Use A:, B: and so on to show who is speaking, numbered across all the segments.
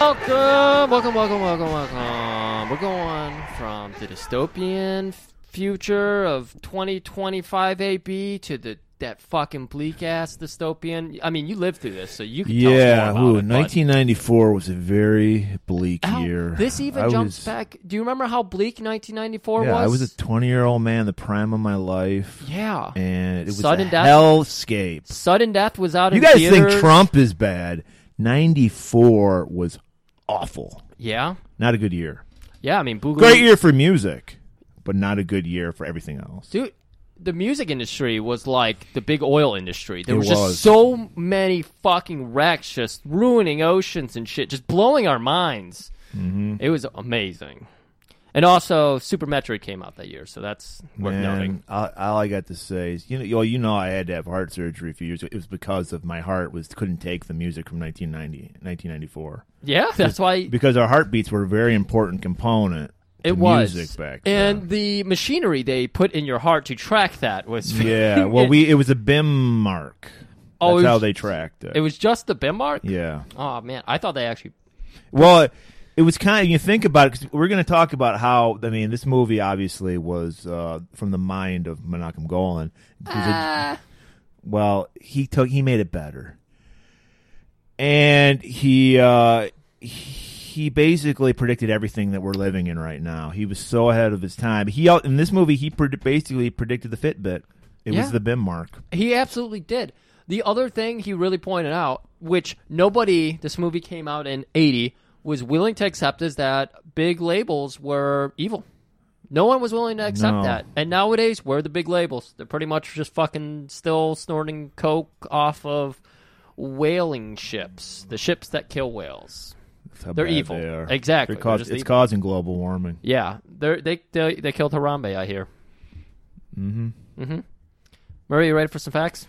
A: Welcome, welcome, welcome, welcome, welcome. We're going from the dystopian f- future of 2025 AB to the that fucking bleak ass dystopian. I mean, you lived through this, so you can
B: Yeah,
A: tell us more about
B: ooh,
A: it, but-
B: 1994 was a very bleak
A: Ow,
B: year.
A: This even
B: I
A: jumps
B: was-
A: back. Do you remember how bleak 1994
B: yeah,
A: was?
B: I was a 20 year old man, the prime of my life,
A: yeah.
B: and it was
A: Sudden
B: a
A: death.
B: hellscape.
A: Sudden Death was out
B: You
A: in
B: guys
A: theaters.
B: think Trump is bad? 94 was awful.
A: Yeah.
B: Not a good year.
A: Yeah, I mean, Boogaloo.
B: Great year for music, but not a good year for everything else.
A: Dude, the music industry was like the big oil industry. There
B: It
A: was,
B: was.
A: just so many fucking wrecks just ruining oceans and shit, just blowing our minds. Mm-hmm. It was amazing. And also, Super Metroid came out that year, so that's worth noting.
B: And all, all I got to say is, you know, you- you know, I had to have heart surgery a few years ago. It was because of my heart was couldn't take the music from 1990, 1994.
A: Yeah, that's why
B: because our heartbeats were a very important component. to
A: it was.
B: music back
A: and
B: then.
A: the machinery they put in your heart to track that was.
B: yeah, well,
A: it,
B: we it was a BIM mark.
A: Oh, it
B: That's
A: was-
B: how they tracked it.
A: It was just the BIM mark?
B: yeah.
A: Oh, man. I thought they actually.
B: Well, it- it was kind of you think about it because we're going to talk about how I mean this movie obviously was uh, from the mind of Menachem Golan. It was a-
A: Uh.
B: well, he took he made it better, and he uh, he basically predicted everything that we're living in right now. He was so ahead of his time. He out in this movie he pred- basically predicted the Fitbit. It
A: Yeah.
B: was the BIM mark.
A: He absolutely did. The other thing he really pointed out, which nobody, this movie came out in 80, was willing to accept is that big labels were evil. No one was willing to accept
B: No.
A: that. And nowadays, where are the big labels? They're pretty much just fucking still snorting coke off of whaling ships, the ships that kill whales.
B: That's how
A: They're
B: bad
A: evil.
B: They are.
A: Exactly.
B: They're
A: They're
B: caus-
A: just
B: it's
A: evil.
B: causing global warming.
A: Yeah, they're, they they they killed Harambe. I hear. Mm-hmm. Mm-hmm. Murray, you ready for some facts?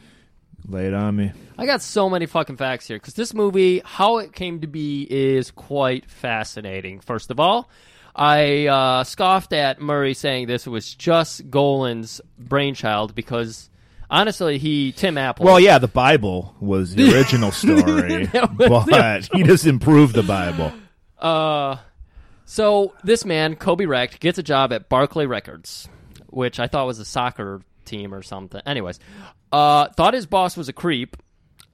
B: Lay it on me.
A: I got so many fucking facts here because this movie, how it came to be, is quite fascinating. First of all, I uh, scoffed at Murray saying this was just Golan's brainchild because honestly, he Tim Apple.
B: Well, yeah, the Bible was the original story, but he just improved the Bible.
A: Uh, so this man, Kobe Recht, gets a job at Barclay Records, which I thought was a soccer team or something. Anyways, uh, thought his boss was a creep,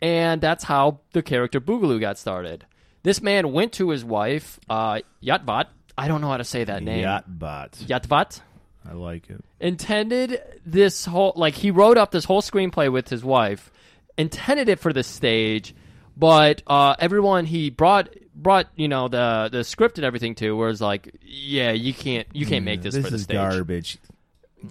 A: and that's how the character Boogaloo got started. This man went to his wife, uh, Yatvat. I don't know how to say that name.
B: Yachtbot.
A: Yatvat
B: I like it.
A: intended this whole like he wrote up this whole screenplay with his wife intended it for the stage but uh, everyone he brought brought you know the the script and everything to was like yeah you can't you can't make this,
B: Mm, this
A: for the
B: is
A: stage
B: garbage.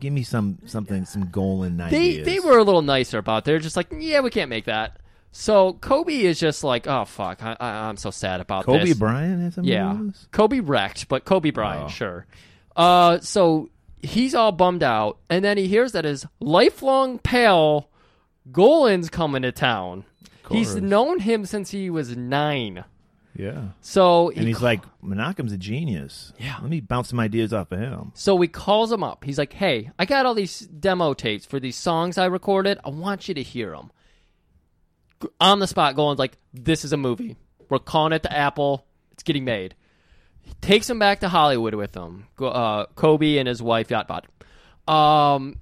B: Give me some something, some Golan
A: they
B: ideas.
A: they were a little nicer about it. they're just like yeah we can't make that so kobe is just like oh fuck I, I, i'm so sad about
B: Kobe
A: this.
B: Bryant had something
A: Yeah.
B: to do with this?
A: Kobe wrecked, but Kobe Bryant,
B: Oh.
A: sure. Uh, so he's all bummed out, and then he hears that his lifelong pal, Golan's coming to town. He's
B: course.
A: known him since he was nine.
B: Yeah.
A: So he
B: And he's like, Menachem's a genius.
A: Yeah.
B: Let me bounce some ideas off of him.
A: So he calls him up. He's like, "Hey, I got all these demo tapes for these songs I recorded. I want you to hear them." On the spot, Golan's like, "This is a movie. We're calling it the Apple. It's getting made." He takes him back to Hollywood with him. Go- Uh, Kobe and his wife Yatbot. Um,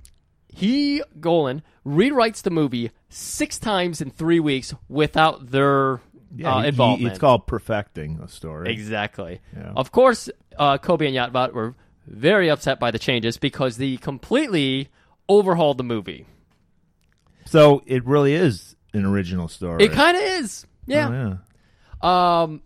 A: he Golan rewrites the movie six times in three weeks without their
B: Yeah.
A: uh,
B: he- he-
A: involvement.
B: it's called perfecting a story.
A: Exactly.
B: Yeah.
A: Of course, uh, Kobe and Yatvat were very upset by the changes because they completely overhauled the movie.
B: So it really is an original story.
A: It kind of is.
B: Oh,
A: Yeah.
B: yeah.
A: Um,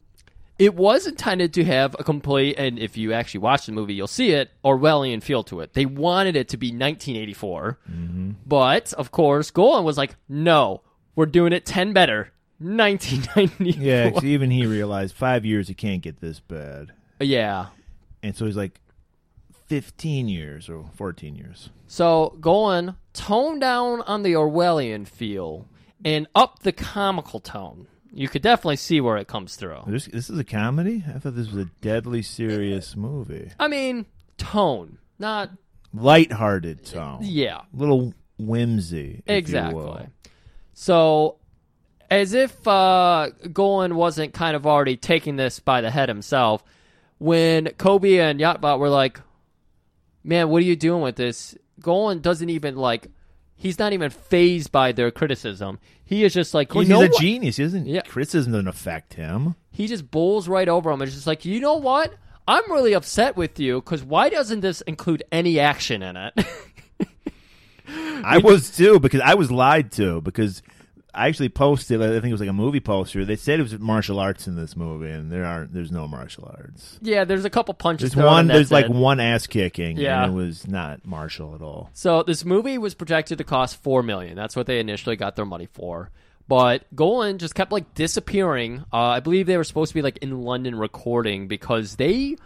A: it was intended to have a complete, and if you actually watch the movie, you'll see it, Orwellian feel to it. They wanted it to be 1984.
B: Mm-hmm.
A: But, of course, Golan was like, no, we're doing it 10 better. 1994.
B: Yeah, 'cause even he realized five years he can't get this bad.
A: yeah.
B: And so he's like 15 years or 14 years.
A: So Golan toned down on the Orwellian feel and up the comical tone. You could definitely see where it comes through.
B: This, this is a comedy? I thought this was a deadly serious movie.
A: I mean, tone, not
B: Lighthearted tone.
A: yeah,
B: Little whimsy. if you will.
A: exactly. So as if uh, Golan wasn't kind of already taking this by the head himself, when Kobe and Yatbot were like, "Man, what are you doing with this?" Golan doesn't even like. He's not even phased by their criticism. He is just like, you
B: Well,
A: know
B: he's a
A: what?
B: genius. He doesn't
A: Yeah.
B: criticism doesn't affect him.
A: he just bowls right over him. It's just like, you know what? I'm really upset with you because why doesn't this include any action in it?
B: I was too because I was lied to because I actually posted. I think it was like a movie poster. They said it was martial arts in this movie, and there aren't. There's no martial arts.
A: yeah, there's a couple punches.
B: There's
A: thrown and
B: one. There's
A: that's
B: like
A: it.
B: one ass kicking.
A: Yeah.
B: and it was not martial at all.
A: So this movie was projected to cost four million. That's what they initially got their money for. But Golan just kept like disappearing. Uh, I believe they were supposed to be like in London recording because they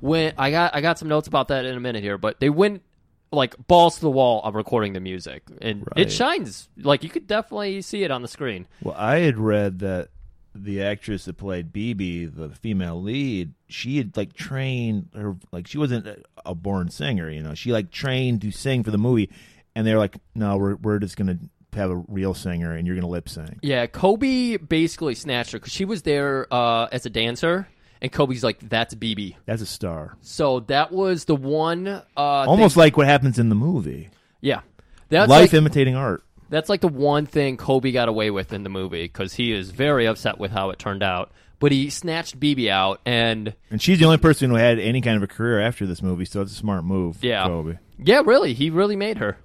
A: went. I got I got some notes about that in a minute here, but they went like balls to the wall on recording the music, and it
B: Right.
A: shines. Like you could definitely see it on the screen.
B: Well, I had read that the actress that played BB, the female lead, she had like trained her like she wasn't a- a born singer, you know. She like trained to sing for the movie, and they're like, "No, we're we're just gonna have a real singer, and you're gonna lip sync."
A: Yeah, Kobe basically snatched her because she was there uh, as a dancer, and Kobe's like, "That's BB."
B: That's a star,
A: So that was the one. Uh,
B: almost like what happens in the movie,
A: yeah, that's
B: life
A: like,
B: imitating art.
A: that's like the one thing Kobe got away with in the movie because he is very upset with how it turned out. But he snatched BB out, and
B: And she's the only person who had any kind of a career after this movie, so it's a smart move.
A: Yeah.
B: Kobe.
A: yeah, really, he really made her.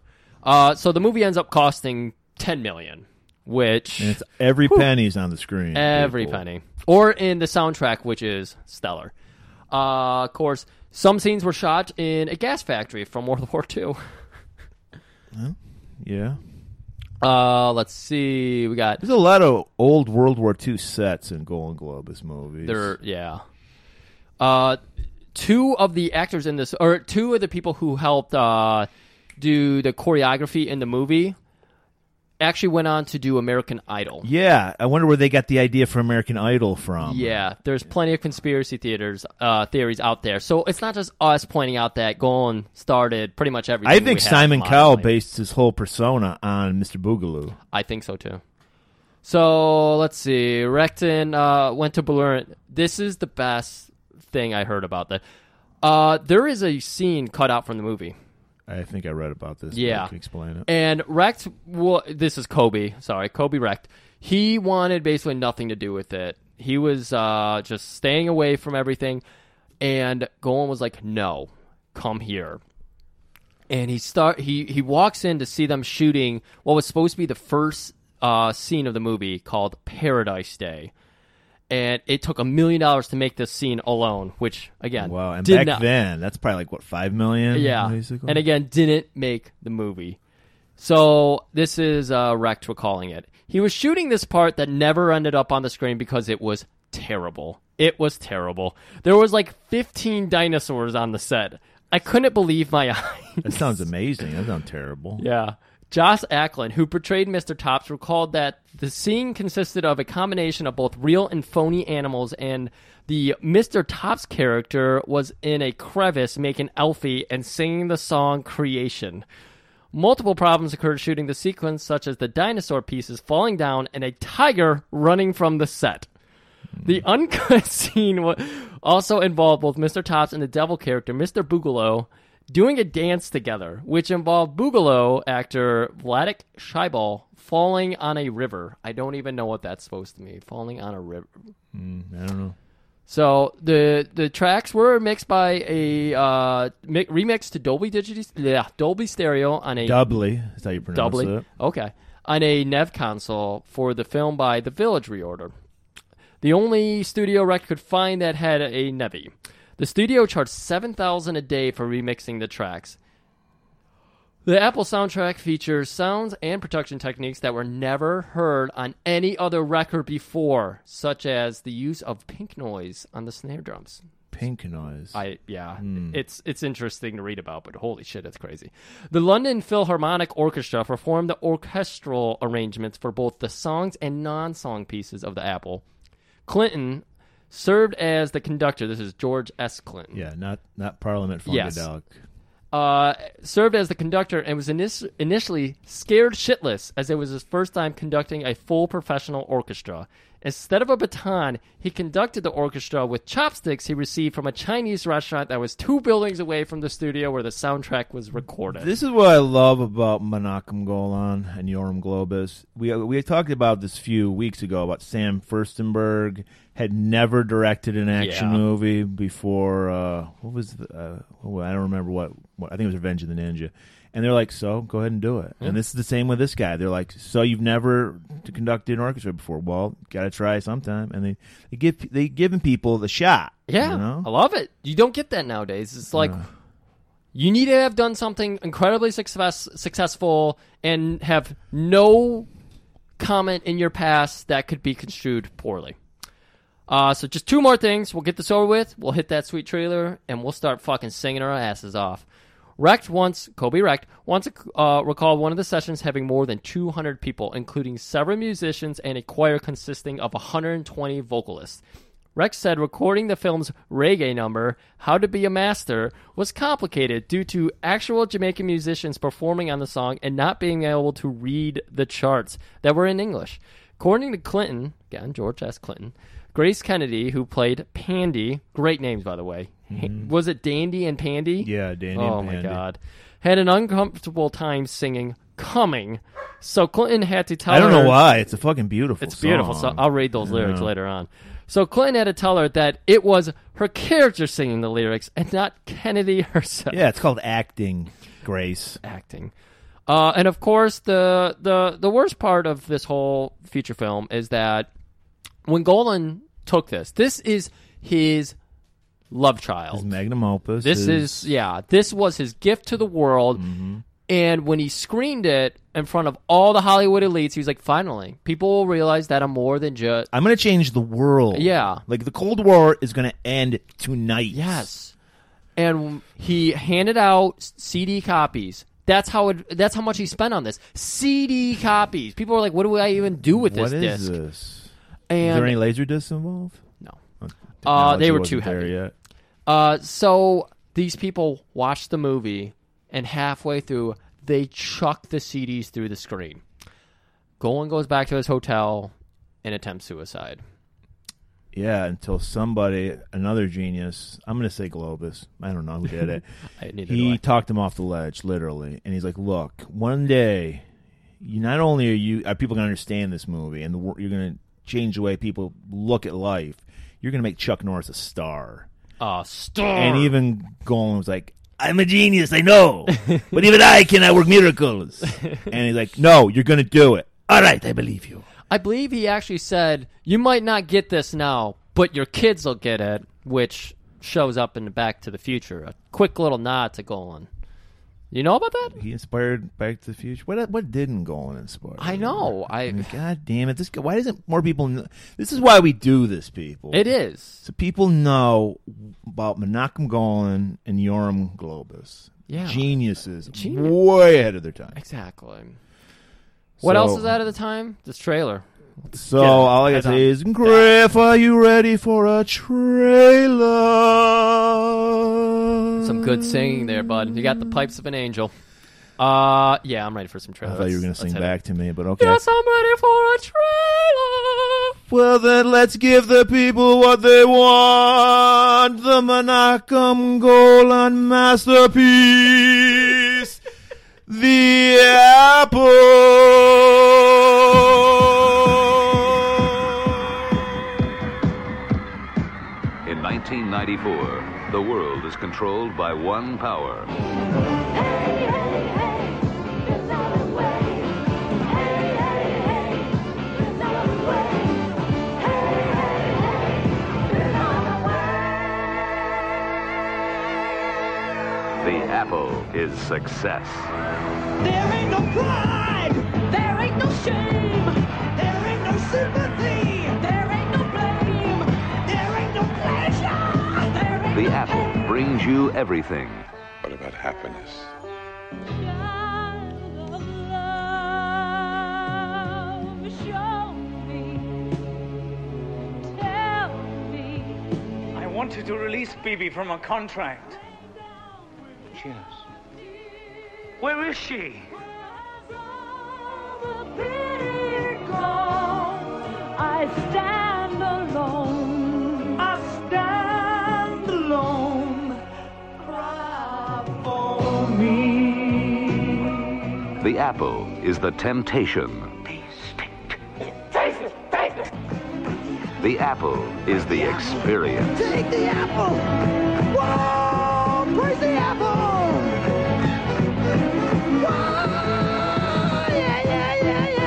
A: Uh, so the movie ends up costing ten million, which
B: And it's every penny's on the screen.
A: Every
B: people.
A: penny. Or in the soundtrack, which is stellar. Uh, of course, some scenes were shot in a gas factory from World War II.
B: Yeah.
A: Uh, let's see. We got
B: There's a lot of old World War II sets in Golden Globus movies.
A: there. Yeah. Uh, two of the actors in this, or two of the people who helped uh, do the choreography in the movie, actually went on to do American Idol.
B: yeah, I wonder where they got the idea for American Idol from.
A: Yeah, there's plenty of conspiracy theaters uh, theories out there. So it's not just us pointing out that Golan started pretty much everything.
B: I
A: we
B: think
A: have
B: Simon Cowell
A: modernly.
B: based his whole persona on Mr. Boogaloo.
A: I think so too. So let's see. Recton uh, went to Belurant. This is the best thing I heard about that. Uh, there is a scene cut out from the movie.
B: I think I read about this. but
A: Yeah.
B: I can explain it.
A: And Recht, wa this is Kobe. Sorry, Kobe Recht. He wanted basically nothing to do with it. He was uh, just staying away from everything. And Golan was like, "No, come here." And he start he he walks in to see them shooting what was supposed to be the first uh, scene of the movie called Paradise Day. And it took a million dollars to make this scene alone, which again,
B: Wow, and
A: did
B: back
A: not,
B: then, that's probably like what five million.
A: yeah.
B: basically.
A: And again, didn't make the movie. So this is uh, Rex recalling it. He was shooting this part that never ended up on the screen because it was terrible. It was terrible. There was like 15 dinosaurs on the set. I couldn't believe my eyes.
B: that sounds amazing. That sounds terrible.
A: Yeah. Joss Ackland, who portrayed Mr. Tops, recalled that the scene consisted of a combination of both real and phony animals, and the Mr. Tops character was in a crevice making Elfie and singing the song Creation. Multiple problems occurred shooting the sequence, such as the dinosaur pieces falling down and a tiger running from the set. The uncut scene wa- also involved both Mr. Tops and the devil character, Mr. Boogaloo, doing a dance together, which involved Boogaloo actor Vladik Scheibel falling on a river. I don't even know what that's supposed to mean. Falling on a river.
B: Hmm, I don't know.
A: So the the tracks were mixed by a uh, mi- remix to Dolby Digi- yeah, Dolby Stereo on a
B: Doubly, is how you pronounce
A: Doubly.
B: it.
A: Okay. On a Nev console for the film by The Village Reorder. The only studio record could find that had a Nevi. The studio charged 7000 a day for remixing the tracks. The Apple soundtrack features sounds and production techniques that were never heard on any other record before, such as the use of pink noise on the snare drums.
B: Pink noise.
A: I yeah, it's it's interesting to read about, but holy shit, it's crazy. The London Philharmonic Orchestra performed the orchestral arrangements for both the songs and non-song pieces of the Apple. Clinton served as the conductor. This is George S. Clinton.
B: yeah, not not Parliament
A: Yes.
B: Funkadelic.
A: uh, served as the conductor and was inis- initially scared shitless as it was his first time conducting a full professional orchestra. Instead of a baton, he conducted the orchestra with chopsticks he received from a Chinese restaurant that was two buildings away from the studio where the soundtrack was recorded.
B: This is what I love about Menachem Golan and Yoram Globus. We we had talked about this few weeks ago about Sam Furstenberg had never directed an action
A: Yeah.
B: movie before. Uh, what was the, uh, oh, I don't remember what, what I think it was Revenge of the Ninja. And they're like, so go ahead and do it. And this is the same with this guy. They're like, so you've never t- conducted an orchestra before. Well, gotta try sometime. And they, they give they giving people the shot.
A: yeah,
B: you know?
A: I love it. You don't get that nowadays. It's like you need to have done something incredibly success- successful and have no comment in your past that could be construed poorly. Uh, so just two more things. We'll get this over with. We'll hit that sweet trailer, and we'll start fucking singing our asses off. Wrecked once, Kobe Wrecked once uh, recalled one of the sessions having more than 200 people, including several musicians and a choir consisting of 120 vocalists. Rex said recording the film's reggae number, How to Be a Master, was complicated due to actual Jamaican musicians performing on the song and not being able to read the charts that were in English. According to Clinton, again, George S. Clinton, Grace Kennedy, who played Pandy, great names, by the way. Was it Dandy and Pandy?
B: Mm-hmm. Yeah, Danny.
A: Oh
B: and
A: my
B: Pandy.
A: god. Had an uncomfortable time singing coming. So Clinton had to tell
B: I don't
A: her
B: know why. It's a fucking beautiful.
A: It's beautiful. So
B: song.
A: I'll read those lyrics later on. So Clinton had to tell her that it was her character singing the lyrics and not Kennedy herself
B: Yeah, it's called acting, Grace.
A: acting. Uh, and of course, the, the the worst part of this whole feature film is that when Golan took this, this is his love child.
B: It's magnum opus.
A: This is yeah. This was his gift to the world. And when he screened it in front of all the Hollywood elites, he was like, "Finally, people will realize that I'm more than just
B: I'm gonna change the world.
A: Yeah.
B: like the Cold War is gonna end tonight.
A: yes." And he handed out CD copies. That's how it, that's how much he spent on this CD copies. People were like, "What do I even do with
B: What
A: this
B: is
A: disc?"
B: this? Is
A: And
B: there any laser discs involved?
A: no. Uh,
B: Technology
A: they were
B: wasn't
A: too
B: there
A: heavy.
B: Yet.
A: Uh, so these people watched the movie, and halfway through, they chuck the CDs through the screen. Golan goes back to his hotel and attempts suicide.
B: Yeah, until somebody, another genius. I'm gonna say Globus. I don't know who did it.
A: I, neither do
B: he
A: I.
B: talked him off the ledge, literally, and he's like, "Look, one day, you not only are you are people gonna understand this movie, and the, wor- you're gonna change the way people look at life. You're gonna make Chuck Norris a star."
A: Uh, star.
B: And even Golan was like, I'm a genius, I know. But even I cannot work miracles. and he's like, No, you're going to do it. All right, I believe you.
A: I believe he actually said, "You might not get this now, but your kids will get it," which shows up in the Back to the Future. A quick little nod to Golan. You know about that?
B: He inspired Back to the Future. What what didn't Golan inspire?
A: I know. I.
B: mean, God damn it. This guy, why doesn't more people know? This is why we do this, people.
A: It is.
B: So people know about Menachem Golan and Yoram Globus.
A: Yeah.
B: Geniuses.
A: Genius.
B: Way ahead of their time.
A: Exactly. What
B: So-
A: else is out of the time? This trailer.
B: So
A: Yeah,
B: all I gotta
A: head
B: say is, Griff, are you ready for a trailer?
A: Some good singing there, bud. You got the pipes of an angel. Uh, yeah, I'm ready for some
B: I
A: trailers.
B: thought you were gonna
A: Let's
B: sing
A: hit it.
B: back to me, but okay.
A: Yes, I'm ready for a trailer.
B: Well then, let's give the people what they want: the Menachem Golan masterpiece, the Apple.
C: In 1994, the world is controlled by one power the apple is success.
D: There ain't no pride. There ain't no shame. There ain't no sympathy. There ain't no blame. There ain't no pleasure. There ain't
C: The
D: no
C: apple brings you everything
E: What about happiness?
D: Child of love, show me. Tell me.
F: I wanted to release Bibi from her contract. Cheers. Where is she?
D: I stand alone. I stand alone. Cry for me.
C: The apple is the temptation. The apple is the experience.
D: Take the apple. Whoa! Praise the oh, apple. Whoa! Yeah, yeah, yeah,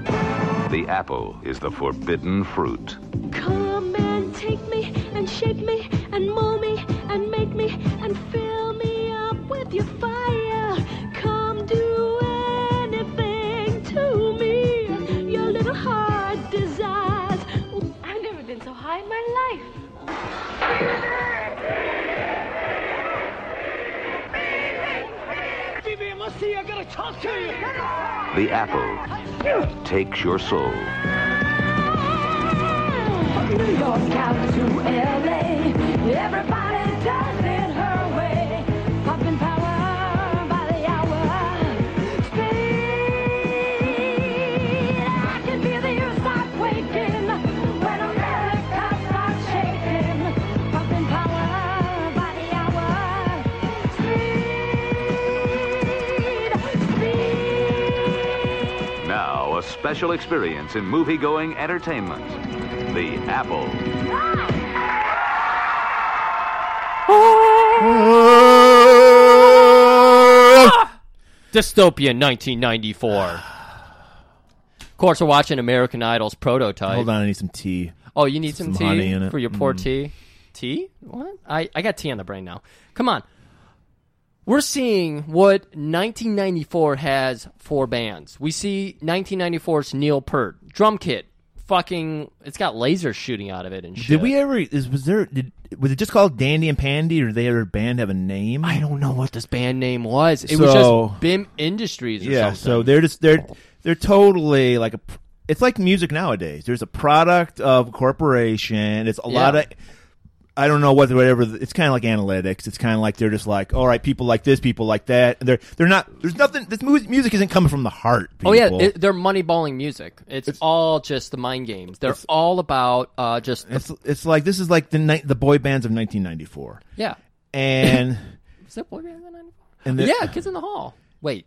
D: yeah.
C: The apple is the forbidden fruit.
G: Come and take me and shape me and mold me and make me and fill me up with your fire. Come do anything to me. Your little heart desires. Ooh, I've never been so high in my life.
F: Phoebe, I must see you. I gotta talk to you.
C: The apple takes your soul.
D: From New York out to LA, everybody does it her way. Pumping power by the hour. Speed, I can feel the earth start waking when America starts shaking. Pumping power by the hour. Speed, speed.
C: Now, a special experience in movie going entertainment. The apple.
A: Dystopia 1994. of course, we're watching American Idol's prototype.
B: Hold on, I need some tea.
A: Oh, you need some,
B: Some
A: tea
B: honey in it.
A: for your poor
B: Mm.
A: tea. Tea? What? I, I got tea on the brain now. Come on. We're seeing what 1994 has for bands. We see 1994's Neil Peart, drum kit, fucking. It's got laser shooting out of it and shit.
B: Did we ever? Is was there? Did, was it just called Dandy and Pandy, or did their band have a name?
A: I don't know what this band name was. It was
B: So-
A: just BIM Industries. Or
B: yeah.
A: something.
B: So they're just they're they're totally like a. pr- It's like music nowadays. There's a product of a corporation. It's a lot
A: Yeah.
B: of. I don't know whether whatever it's kind of like analytics. It's kind of like they're just like, all right, people like this, people like that. And they're they're not. There's nothing. This mu- music isn't coming from the heart. People.
A: Oh yeah, it, they're moneyballing music. It's, all just the mind games. They're all about uh, just the-
B: it's it's like this is like the night the boy bands of 1994,
A: yeah.
B: and
A: Is that Boy Band 94?
B: and the,
A: yeah, Kids in the Hall. Wait,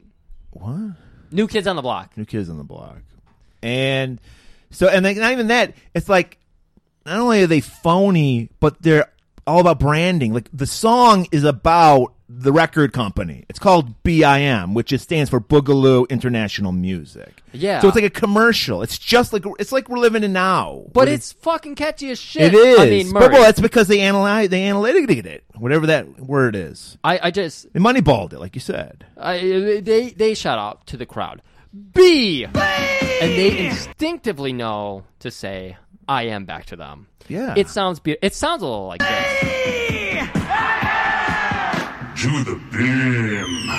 B: what?
A: New Kids on the Block.
B: New Kids on the Block, and so and like not even that. It's like not only are they phony, but they're all about branding. Like the song is about the record company. It's called BIM, which is, stands for Boogaloo International Music.
A: Yeah.
B: So it's like a commercial. It's just like it's like we're living in now.
A: But
B: We're-
A: it's fucking catchy as shit.
B: it is.
A: I mean,
B: but
A: Murray,
B: well, that's because they analyze they analytical it, whatever that word is.
A: I, I just
B: They moneyballed it, like you said.
A: I, they they shout out to the crowd. B. And they instinctively know to say I am back to them.
B: Yeah.
A: It sounds be- it sounds a little like this.
E: To the beam.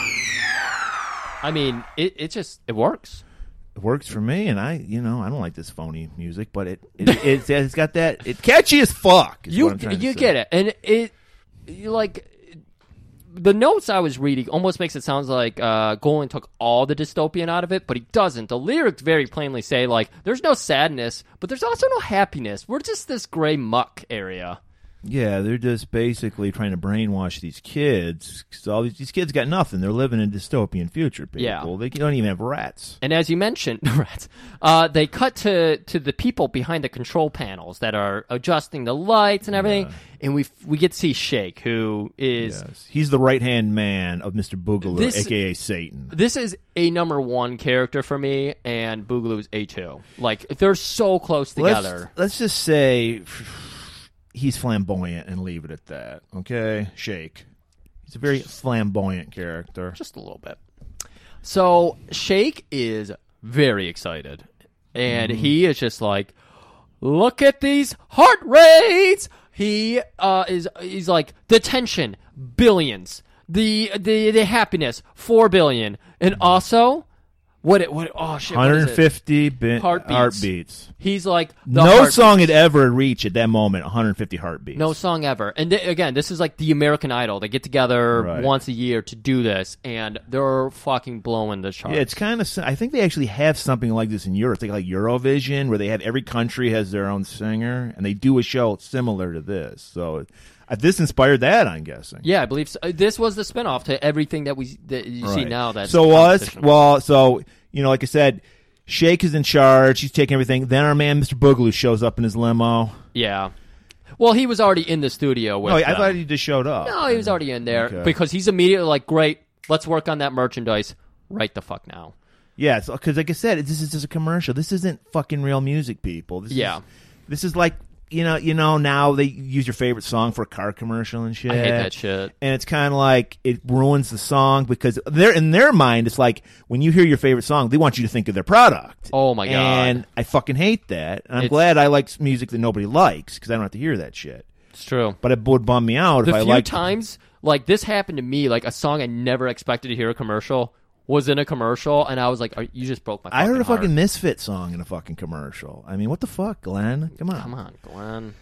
A: I mean, it, it just it works.
B: it works for me, and I, you know, I don't like this phony music, but it, it it's, it's got that it's catchy as fuck. is
A: you
B: what I'm trying to
A: you
B: say.
A: get it and it you like the notes i was reading almost makes it sound like uh golan took all the dystopian out of it but he doesn't the lyrics very plainly say like there's no sadness but there's also no happiness we're just this gray muck area
B: Yeah, they're just basically trying to brainwash these kids. 'cause all these, these kids got nothing. They're living in a dystopian future. People.
A: Yeah.
B: they don't even have rats.
A: and as you mentioned rats, uh, they cut to to the people behind the control panels that are adjusting the lights and everything and we we get to see shake who is
B: Yes. He's the right hand man of Mister Boogaloo,
A: This-
B: aka Satan.
A: This is a number one character for me, and Boogaloo's a two. Like they're so close
B: Let's,
A: together.
B: let's just say he's flamboyant and leave it at that. Okay, Shake. He's a very flamboyant character.
A: Just a little bit. So Shake is very excited, and
B: Mm.
A: he is just like, "Look at these heart rates." He uh, is he's like the tension billions, the the the happiness four billion, and also What it? What? Oh shit! what is it?
B: 150 bin-
A: Heartbeats.
B: heartbeats.
A: He's like the
B: no
A: heartbeat.
B: song had ever reached at that moment 150 heartbeats.
A: No song ever. And th- again, this is like the American Idol. They get together
B: Right.
A: once a year to do this, and they're fucking blowing the charts.
B: Yeah, it's kind of. I think they actually have something like this in Europe. They like Eurovision, where they have every country has their own singer, and they do a show similar to this. So, uh, this inspired that, I'm guessing.
A: Yeah, I believe so. Uh, this was the spinoff to everything that we that you see
B: Right.
A: now. That's
B: so
A: the
B: well, that's,
A: competition.
B: well, so you know, like I said, Shake is in charge. He's taking everything. Then our man Mr. Boogaloo shows up in his limo.
A: yeah. Well, he was already in the studio with.
B: Oh, I
A: them.
B: thought he just showed up.
A: no, he was already in there
B: Okay.
A: because he's immediately like, "Great, let's work on that merchandise right the fuck now."
B: Yeah, because like I said, this is just a commercial. This isn't fucking real music, people. This
A: Yeah.
B: is, this is like you know, you know. Now they use your favorite song for a car commercial and shit.
A: I hate that shit.
B: And it's kind of like it ruins the song because they're in their mind. It's like when you hear your favorite song, they want you to think of their product.
A: Oh, my God.
B: And I fucking hate that. And I'm
A: It's-
B: glad I like music that nobody likes because I don't have to hear that shit.
A: It's true.
B: But it would bum me out
A: The
B: if I
A: few
B: liked
A: times like this happened to me, like a song I never expected to hear a commercial was in a commercial, and I was like, Are, "You just broke my."
B: I heard a
A: heart."
B: fucking Misfit song in a fucking commercial. I mean, what the fuck, Glenn?
A: Come on, Glenn.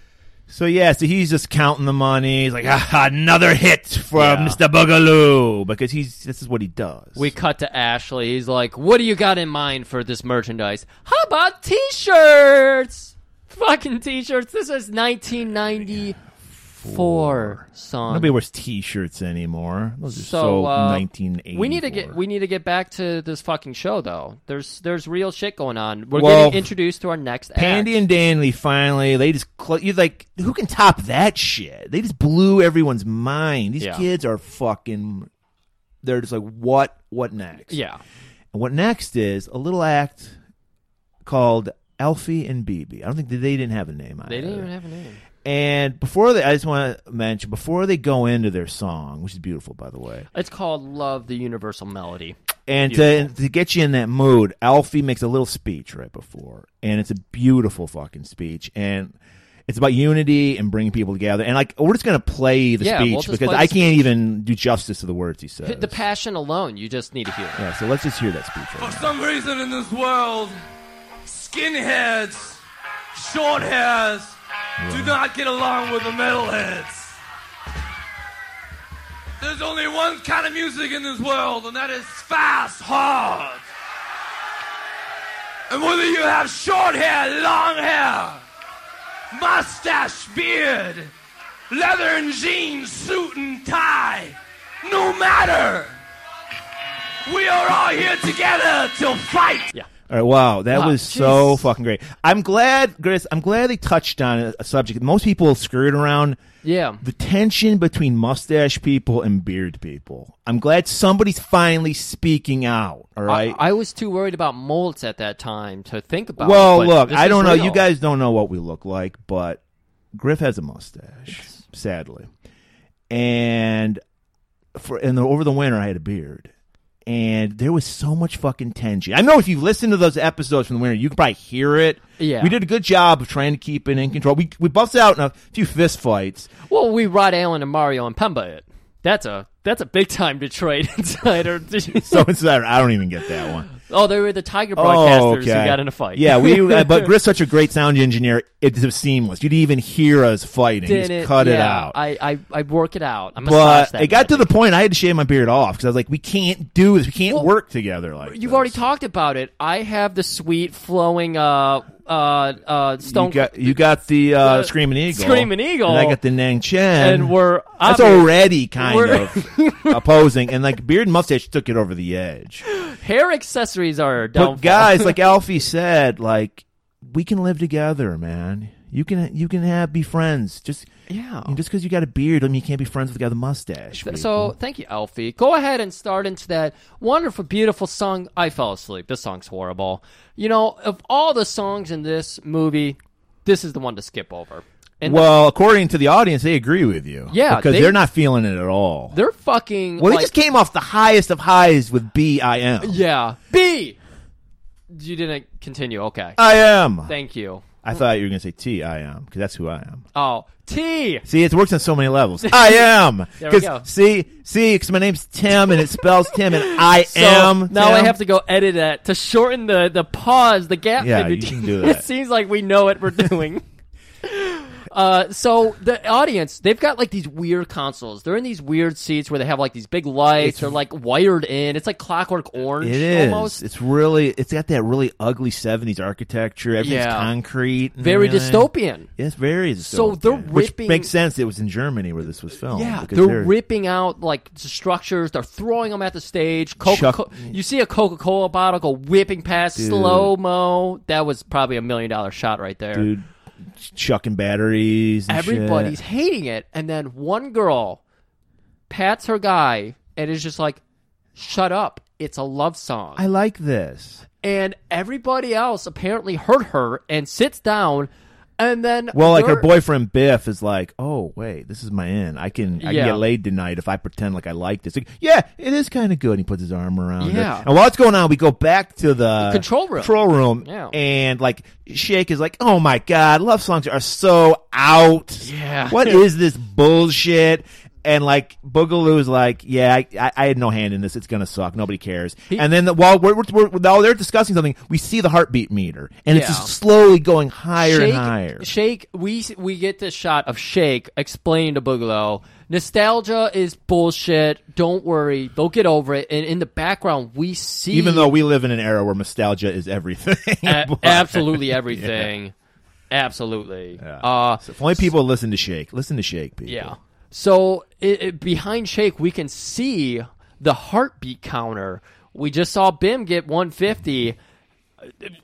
B: So yeah, so he's just counting the money. He's like, ah, another hit from
A: Yeah.
B: Mr. Boogaloo because he's this is what he does.
A: We cut to Ashley. He's like, "What do you got in mind for this merchandise? How about t-shirts? Fucking t-shirts. This is 1994 song.
B: nobody wears T-shirts anymore. Those are so,
A: uh,
B: 1980.
A: We need to get we need to get back to this fucking show though. There's there's real shit going on. We're
B: Well,
A: getting introduced to our next
B: Pandy
A: act.
B: and Danley finally. They just cl- you're like, who can top that shit? They just blew everyone's mind. These
A: Yeah.
B: kids are fucking. They're just like, what? What next?
A: yeah.
B: And what next is a little act called Alfie and BB. I don't think they, they didn't have a name.
A: They didn't
B: either.
A: even have a name.
B: And before they, I just want to mention before they go into their song, which is beautiful, by the way,
A: It's called Love the Universal Melody.
B: and to, to get you in that mood, Alfie makes a little speech right before, and it's a beautiful fucking speech, and it's about unity and bringing people together. And like, we're just gonna play the
A: Yeah, we'll
B: speech
A: just
B: because
A: play
B: I
A: the
B: can't even do justice to the words he says.
A: The Oh, passion alone, you just need to hear. it.
B: yeah, so let's just hear that speech. Right
H: For
B: now.
H: some reason in this world, skinheads, short hairs, do not get along with the metalheads. There's only one kind of music in this world, and that is fast, hard. And whether you have short hair, long hair, mustache, beard, leather and jeans, suit and tie, no matter. We are all here together to fight.
B: All right, wow, that
A: Wow,
B: was so
A: Jesus.
B: fucking great. I'm glad, Chris. I'm glad they touched on a, a subject most people skirt around.
A: Yeah.
B: the tension between mustache people and beard people. I'm glad somebody's finally speaking out. All right.
A: I, I was too worried about molds at that time to think about.
B: well,
A: it, but
B: look,
A: this
B: I
A: is
B: don't know.
A: real.
B: You guys don't know what we look like, but Griff has a mustache, sadly, and for and the, over the winter I had a beard. And there was so much fucking tension. I know if you've listened to those episodes from the winter, you can probably hear it.
A: Yeah.
B: we did a good job of trying to keep it in control. We we bust out in a few fist fights,
A: Well, we Rod Allen and Mario and Pemba it. That's a that's a big time Detroit insider.
B: so it's I don't even get that one.
A: oh, they were the Tiger broadcasters
B: okay.
A: who got in a fight.
B: Yeah, we. uh, but Griff's such a great sound engineer; it was seamless. You'd even hear us fighting.
A: did
B: Just cut it
A: yeah,
B: out.
A: I, I I work it out. I'm
B: but it got to the point I had to shave my beard off because I was like, "We can't do this. We can't
A: Well,
B: work together." Like
A: You've
B: this.
A: already talked about it. I have the sweet flowing uh uh uh stone
B: You got you got the uh,
A: Uh,
B: screaming eagle,
A: Screaming Eagle.
B: and I got the Nang Chen,
A: and we're
B: that's
A: obvi-
B: already kind
A: we're-
B: of opposing. And like beard and mustache took it over the edge.
A: hair accessories are down.
B: But guys, like Alfie said, like we can live together, man. You can you can have be friends. Just
A: Yeah.
B: And just because you got a beard, I mean, you can't be friends with the guy with a mustache.
A: Th-
B: people.
A: So thank you, Alfie. Go ahead and start into that wonderful, beautiful song. I fell asleep. This song's horrible. You know, of all the songs in this movie, this is the one to skip over. And
B: well, according to the audience, they agree with you.
A: Yeah,
B: because
A: they-
B: they, are not feeling it at all.
A: they're fucking.
B: Well, they
A: like-
B: just came off the highest of highs with B I M.
A: Yeah. B. You didn't continue. Okay.
B: I am.
A: Thank you.
B: I thought you were going to say T I am because that's who I am.
A: Oh, T.
B: See, it works on so many levels. I am.
A: There we go.
B: Because see, see, because my name's Tim and it spells Tim and I
A: So
B: am.
A: now I
B: Tim.
A: have to go edit that to shorten the the pause, the gap.
B: Yeah,
A: that we
B: you
A: did.
B: can do
A: it
B: that.
A: seems like we know what we're doing. Uh, so the audience, they've got like these weird consoles. They're in these weird seats where they have like these big lights.
B: It's-
A: They're like wired in. It's like Clockwork Orange
B: It is.
A: almost.
B: It's really. It's got that really ugly '70s architecture. Everything's
A: Yeah.
B: concrete. and
A: Very
B: everything.
A: dystopian.
B: Yes, very dystopian.
A: So they're
B: which
A: ripping-
B: makes sense. It was in Germany where this was filmed.
A: Yeah,
B: because
A: they're, ripping out like structures. They're throwing them at the stage. Coca,
B: Chuck-
A: you see a Coca Cola bottle go whipping past
B: Dude.
A: slow mo. That was probably a million dollar shot right there.
B: dude chucking batteries. And
A: Everybody's
B: shit.
A: hating it, and then one girl pats her guy and is just like, "Shut up! It's a love song."
B: I like this.
A: and everybody else apparently heard her and sits down, and then
B: Well, like her
A: they're-
B: boyfriend Biff is like, "Oh wait, this is my end. I can I
A: Yeah.
B: can get laid tonight if I pretend like I like this." Like, yeah, it is kind of good. And he puts his arm around her.
A: Yeah.
B: And while it's going on, we go back to the
A: Control room.
B: Control room.
A: Yeah.
B: And like Shake is like, "Oh my god, love songs are so out.
A: Yeah.
B: What is this bullshit?" And like Boogaloo is like, yeah, I, I, I had no hand in this. It's gonna suck. Nobody cares. and then the, while we're, we're, we're while they're discussing something, we see the heartbeat meter, and it's
A: Yeah.
B: just slowly going higher
A: Shake,
B: and higher.
A: Shake, we we get this shot of Shake explaining to Bigelow, nostalgia is bullshit. Don't worry, they'll get over it. And in the background, we see
B: Even though we live in an era where nostalgia is everything.
A: a-
B: but-
A: absolutely everything, absolutely.
B: Yeah.
A: Uh,
B: So if only people listen to Shake. Listen to Shake, people.
A: yeah. So it, it- behind Shake, we can see the heartbeat counter. We just saw Bim get 150.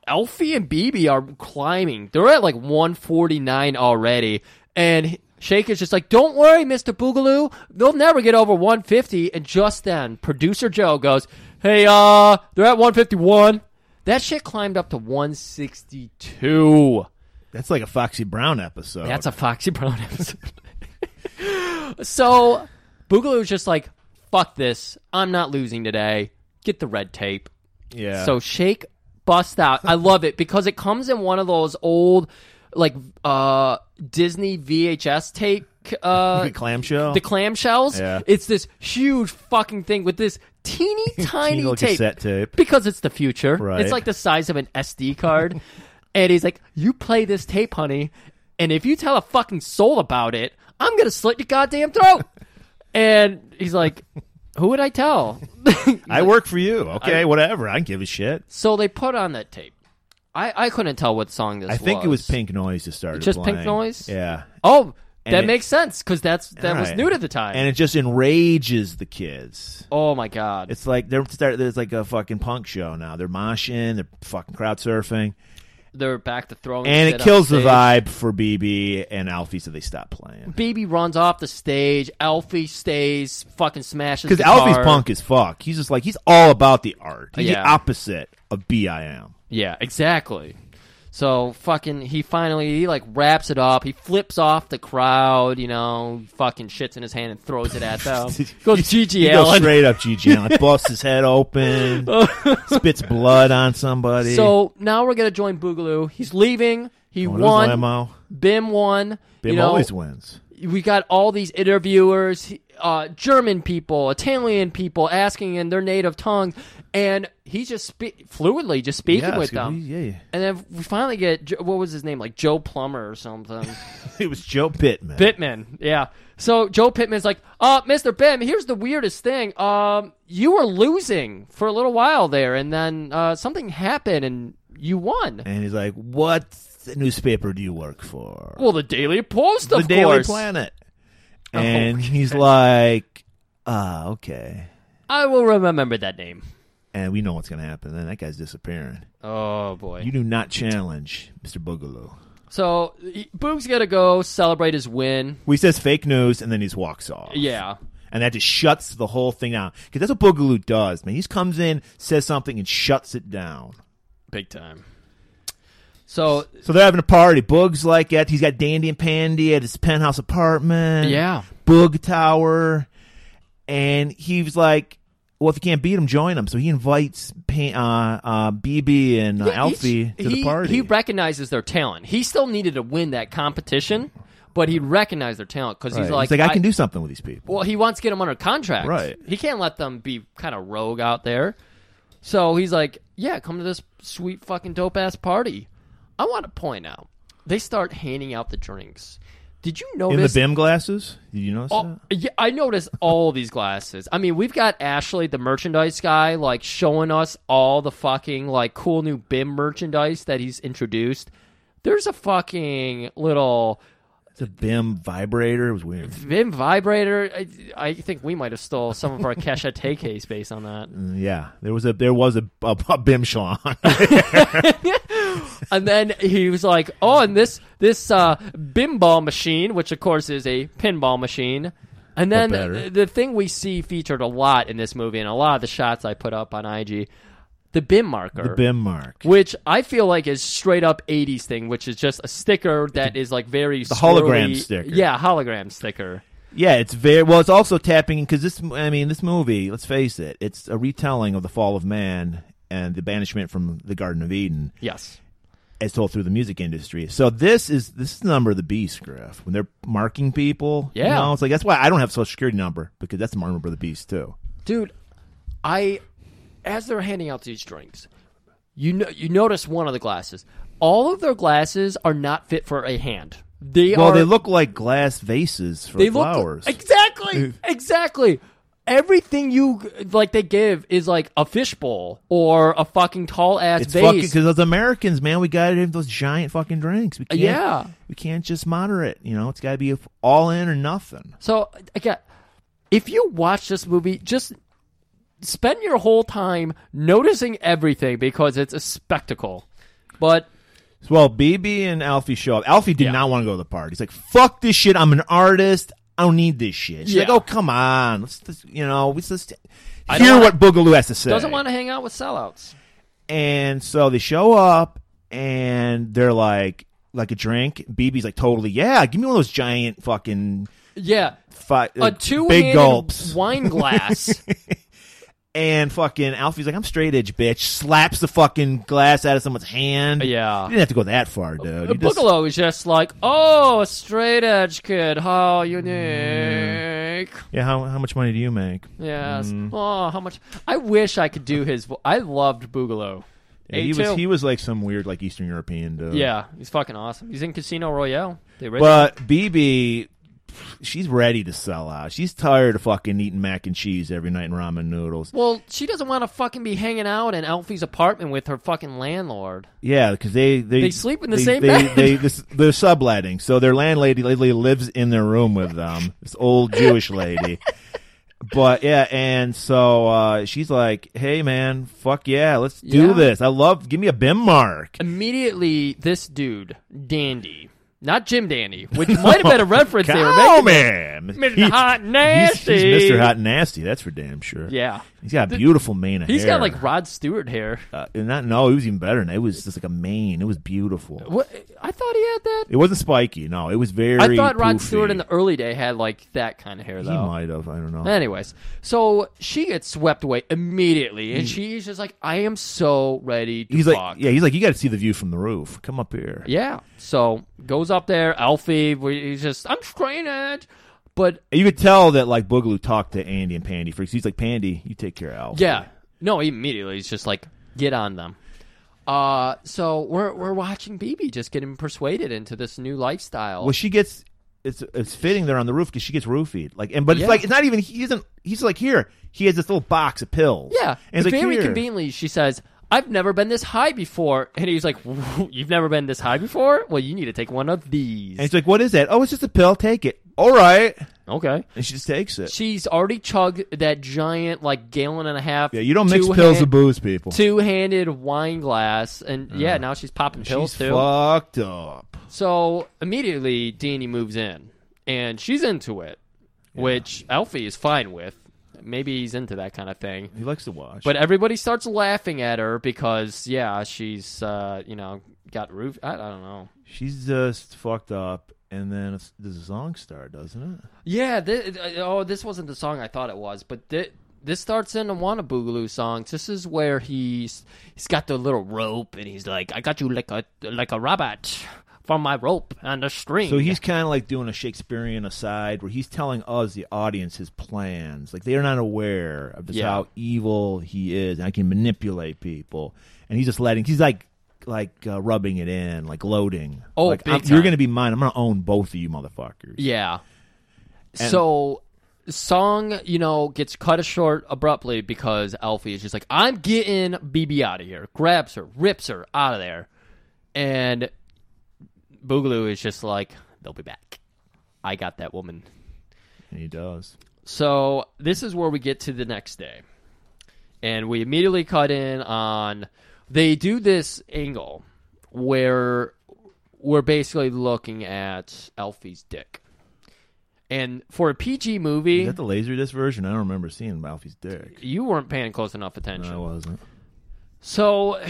A: Elfie and BB are climbing. They're at like 149 already. And Shake is just like, don't worry, Mr. Boogaloo. They'll never get over 150. And just then, producer Joe goes, hey, uh, they're at 151. That shit climbed up to 162.
B: That's like a Foxy Brown episode.
A: That's a Foxy Brown episode. so Boogaloo was just like, fuck this. I'm not losing today. Get the red tape.
B: yeah.
A: So shake, bust out. I love it because it comes in one of those old, like uh Disney VHS tape. Uh,
B: The clamshell?
A: The clamshells.
B: Yeah.
A: It's this huge fucking thing with this teeny tiny
B: little
A: tape.
B: cassette tape.
A: Because it's the future.
B: Right.
A: It's like the size of an SD card. and he's like, "You play this tape, honey, and if you tell a fucking soul about it, I'm gonna slit your goddamn throat." and he's like. Who would I tell?
B: I work for you. Okay, whatever. I don't give a shit.
A: So they put on that tape. I, I couldn't tell what song this
B: I
A: was.
B: think it was Pink Noise to start.
A: Just Pink Noise?
B: Yeah.
A: Oh, that
B: it-
A: makes sense because that's that was
B: Alright.
A: new to the time.
B: And it just enrages the kids.
A: oh my god!
B: It's like they're start. It's like a fucking punk show now. They're moshing. They're fucking crowd surfing,
A: They're back to throwing,
B: and it
A: shit on
B: kills the
A: stage.
B: vibe for BB and Alfie, so they stop playing.
A: Baby runs off the stage. Alfie stays, fucking smashes.
B: Because
A: the
B: Alfie's
A: car.
B: punk as fuck. He's just like he's all about the art. He's
A: Yeah.
B: the opposite of BIM.
A: Yeah, exactly. So fucking, he finally he like wraps it up. He flips off the crowd. You know, fucking shits in his hand and throws it at them. Goes GG
B: He goes
A: Allen.
B: straight up GG Allen, busts his head open, spits blood on somebody.
A: So now we're gonna join Boogaloo. He's leaving. He
B: Going to his
A: won.
B: limo.
A: Bim won.
B: Bim
A: you know,
B: always wins.
A: We got all these interviewers, uh, German people, Italian people asking in their native tongue, and he's just spe- fluidly just speaking
B: Yeah,
A: with
B: so
A: them.
B: he- yeah, yeah.
A: And then we finally get Jo- what was his name, like Joe Plummer or something.
B: It was Joe Pittman.
A: Pittman, yeah. So Joe Pittman's like, uh, Mr. Bim, here's the weirdest thing. Um, you were losing for a little while there, and then uh, something happened, and you won.
B: and he's like, "What newspaper do you work for?"
A: Well, the Daily Post,
B: the
A: of
B: Daily
A: course. Oh,
B: Planet. And he's like, "Ah, okay."
A: I will remember that name.
B: And we know what's going to happen. Then that guy's disappearing.
A: Oh boy.
B: You do not challenge Mr. Boogaloo.
A: so he- Boog's gotta go celebrate his win.
B: Well, he says fake news and then he walks off.
A: Yeah.
B: And that just shuts the whole thing down. Because that's what Boogaloo does, man. He just comes in, says something, and shuts it down.
A: Big time. So
B: So they're having a party. Boog's like at he's got Dandy and Pandy at his penthouse apartment.
A: Yeah.
B: Boog Tower. And he was like well, if you can't beat him, join him. So he invites Pay- uh, uh, BB and uh, Alfie
A: He-
B: to the
A: he-
B: party.
A: He recognizes their talent. He still needed to win that competition, but he recognized their talent because
B: Right.
A: he's like,
B: I, can do something with these people.
A: Well, he wants to get them under contract.
B: Right.
A: He can't let them be kind of rogue out there. So he's like, yeah, come to this sweet fucking dope ass party. I want to point out, they start handing out the drinks. Did you
B: In the
A: notice?
B: BIM glasses? Did you notice
A: all-
B: that?
A: yeah, I noticed all these glasses. I mean, we've got Ashley, the merchandise guy, like showing us all the fucking like cool new BIM merchandise that he's introduced. There's a fucking little
B: It's a BIM vibrator. It was weird.
A: BIM vibrator. I, I think we might have stole some of our Kesha case based on that.
B: Yeah, there was a there was a, a, a BIM schlong.
A: And then he was like, "Oh, and this this uh, bimball machine, which of course is a pinball machine." And then
B: better.
A: the, the thing we see featured a lot in this movie, and a lot of the shots I put up on IG, the bim marker,
B: the BIM mark.
A: which I feel like is straight up '80s thing, which is just a sticker that is like very the
B: hologram sticker.
A: Yeah, hologram sticker.
B: Yeah, it's very well. It's also tapping because this. I mean, this movie. Let's face it. It's a retelling of the fall of man and the banishment from the Garden of Eden,
A: Yes.
B: as told through the music industry. So this is this is the number of the beast, Griff. When they're marking people, you
A: Yeah.
B: know, it's like that's why I don't have a social security number because that's the number of the beast too.
A: dude i as they're handing out these drinks you know you notice one of the glasses all of their glasses are not fit for a hand they
B: Well,
A: are
B: they look like glass vases for
A: they look
B: flowers.
A: exactly exactly everything you like they give is like a fishbowl or a fucking tall ass
B: It's
A: vase
B: fucking because those Americans, man, we got to have those giant fucking drinks. We can't,
A: Yeah.
B: we can't just moderate. You know, it's got to be all in or nothing.
A: So again, if you watch this movie, just spend your whole time noticing everything because it's a spectacle. But
B: Well, BB and Alfie show up. Alfie did
A: Yeah.
B: not want to go to the party. He's like, "Fuck this shit. I'm an artist. I don't need this shit." She's like,
A: Yeah.
B: "Oh, come on. Let's, just you know, let's just
A: don't
B: hear
A: wanna-
B: what Boogaloo has to say."
A: doesn't want to hang out with sellouts.
B: And so they show up, and they're like, like a drink. BB's like, "Totally, yeah. Give me one of those giant fucking."
A: Yeah,
B: Fi-
A: a two
B: big gulps
A: wine glass.
B: and fucking Alfie's like, I'm straight edge, bitch. Slaps the fucking glass out of someone's hand.
A: Yeah.
B: you didn't have to go that far, dude. You just-
A: Bigelow is just like, oh, a straight edge kid, how unique.
B: yeah, how, how much money do you make?
A: Yes.
B: Mm-hmm.
A: Oh, how much? I wish I could do his. Vo- I loved Boogaloo.
B: Yeah, he was he was like some weird like Eastern European dude.
A: yeah, he's fucking awesome. He's in Casino Royale. They original-
B: But BB, she's ready to sell out. She's tired of fucking eating mac and cheese every night and ramen noodles.
A: Well, she doesn't want to fucking be hanging out in Alfie's apartment with her fucking landlord.
B: Yeah, because they, they
A: They sleep in the
B: they-
A: same
B: they,
A: bed.
B: They, this, they're subletting, so their landlady lately lives in their room with them. This old Jewish lady. But yeah, and so uh, she's like, "Hey, man, fuck yeah, let's do
A: Yeah.
B: this. I love. Give me a bim mark."
A: Immediately, this dude, Dandy, not Jim Dandy, which might have been a reference they were making.
B: Oh man,
A: Mr. Hot Nasty.
B: He's, he's Mr. Hot Nasty. That's for damn sure.
A: Yeah.
B: he's got a beautiful mane. Of
A: He's
B: hair.
A: got like Rod Stewart hair.
B: uh, and not no, it was even better. than that. It was just like a mane. It was beautiful.
A: What? I thought he had that.
B: It wasn't spiky. No, it was very.
A: I thought Rod
B: poofy.
A: Stewart in the early day had like that kind of hair
B: He
A: though.
B: might have. I don't know.
A: Anyways, so she gets swept away immediately, and she's just like, "I am so ready to
B: He's like,
A: fuck."
B: yeah, he's like, you got to see the view from the roof. Come up here.
A: Yeah. So goes up there, Alfie. we- He's just, I'm straight edge. But
B: You could tell that like Boogaloo talked to Andy and Pandy freaks. He's like, Pandy, you take care of Alf.
A: yeah, no, he immediately he's just like, get on them. Uh, so we're we're watching BB just getting persuaded into this new lifestyle.
B: Well, she gets it's it's fitting there on the roof because she gets roofied. Like, and but it's
A: Yeah.
B: like it's not even he isn't. He's like here. He has this little box of pills.
A: yeah,
B: and it's like,
A: very
B: here.
A: conveniently, she says. I've never been this high before, and he's like, "You've never been this high before? Well, you need to take one of these."
B: And he's like, what is that? Oh, it's just a pill. Take it. All right.
A: okay,
B: And she just takes it.
A: she's already chugged that giant, like gallon and a half.
B: yeah, you don't mix pills
A: two-hand-
B: with booze, people.
A: two-handed wine glass, and yeah, now she's popping pills
B: She's
A: too.
B: fucked up.
A: So immediately, Danny moves in, and she's into it, which Alfie is fine with. Maybe he's into that kind of thing.
B: He likes to watch.
A: But everybody starts laughing at her because, yeah, she's, uh, you know, got roof. I, I don't know.
B: she's just fucked up. And then it's, there's a song star, doesn't it?
A: Yeah, thi- uh, oh, this wasn't the song I thought it was, but thi- This starts in the Wanna Boogaloo songs. This is where he's he's got the little rope and he's like, "I got you like a like a rabbit from my rope and a string."
B: So he's kind of like doing a Shakespearean aside where he's telling us, the audience, his plans. Like they're not aware of just
A: Yeah.
B: how evil he is, and I can manipulate people. And he's just letting. He's like, like uh, rubbing it in, like loading.
A: Oh,
B: like,
A: big
B: I'm- you're
A: time.
B: gonna be mine. I'm gonna own both of you, motherfuckers.
A: Yeah. so song, you know, gets cut short abruptly because Alfie is just like, I'm getting BB out of here. Grabs her, rips her out of there. And Boogaloo is just like, they'll be back. I got that woman.
B: And he does.
A: So this is where we get to the next day. And we immediately cut in on they do this angle where we're basically looking at Alfie's dick. And for a PG movie,
B: Is that the laser disc version? I don't remember seeing Alfie's dick.
A: you weren't paying close enough attention.
B: No, I wasn't.
A: So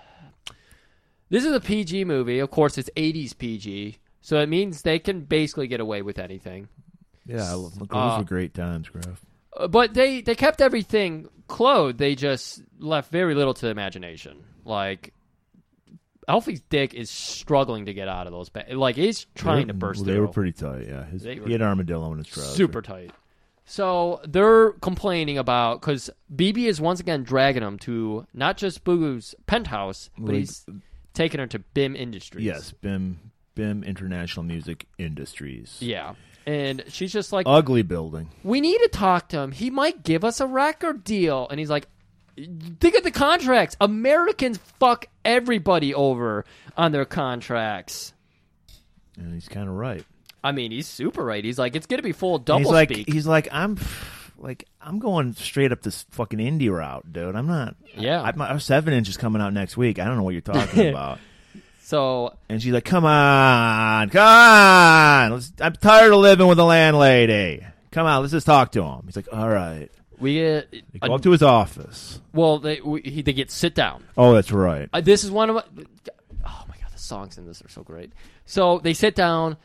A: this is a PG movie. Of course, it's 80s PG. So it means they can basically get away with anything.
B: Yeah, I love, those
A: Uh,
B: were great times, Griff.
A: Uh, but they they kept everything clothed. They just left very little to the imagination. Like Alfie's dick is struggling to get out of those. Ba- like he's trying
B: They-
A: to burst
B: They
A: through.
B: were pretty tight. Yeah, His-
A: They were
B: he had armadillo in his trousers.
A: super tight. So they're complaining about because BB is once again dragging him to not just Boogoo's penthouse, but
B: Like-
A: he's taking her to BIM Industries.
B: Yes, BIM BIM International Music Industries.
A: Yeah. And she's just like,
B: Ugly building.
A: we need to talk to him. He might give us a record deal. And he's like, think of the contracts. Americans fuck everybody over on their contracts.
B: And he's kind of right.
A: I mean, he's super right. He's like, it's going to be full
B: And
A: double
B: he's like
A: speak.
B: he's like I'm like I'm going straight up this fucking indie route, dude. I'm not
A: Yeah.
B: I, my, our 7 inch is coming out next week. I don't know what you're talking about.
A: so
B: And she's like, "Come on. Come on. Let's, I'm tired of living with a landlady. Come on, let's just talk to him." He's like, "All right."
A: we get, uh,
B: They go up to his office.
A: well, they, we, he- they get sit down.
B: Oh, that's right.
A: Uh, this is one of my, oh my god, the songs in this are so great. So they sit down.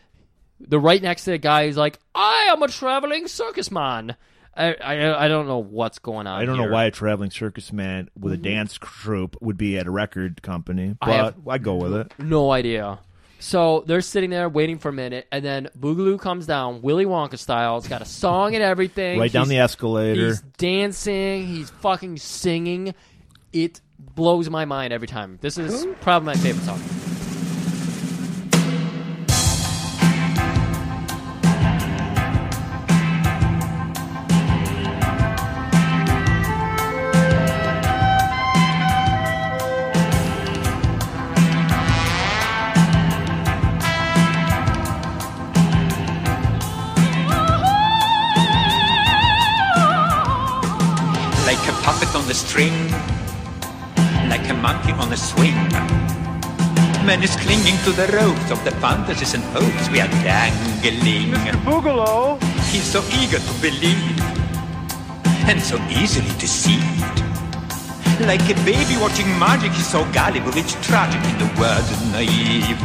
A: They're right next to the guy who's like, I am a traveling circus man. I, I, I don't know what's going on.
B: I don't
A: here.
B: know why a traveling circus man with a dance troupe would be at a record company, but
A: Mm-hmm. I have-
B: I'd go with it.
A: No idea. So they're sitting there waiting for a minute, and then Boogaloo comes down, Willy Wonka style. It's got a song and everything.
B: Right down the
A: He's-
B: escalator.
A: He's dancing. He's fucking singing. It blows my mind every time. This is probably my favorite song.
D: Ah!
I: like a puppet on the string, like a monkey on a swing. Man is clinging to the ropes of the fantasies and hopes we are dangling.
F: Boogaloo.
I: He's so eager to believe and so easily deceived. Like a baby watching magic, he's so gullible, it's tragic in the word naive.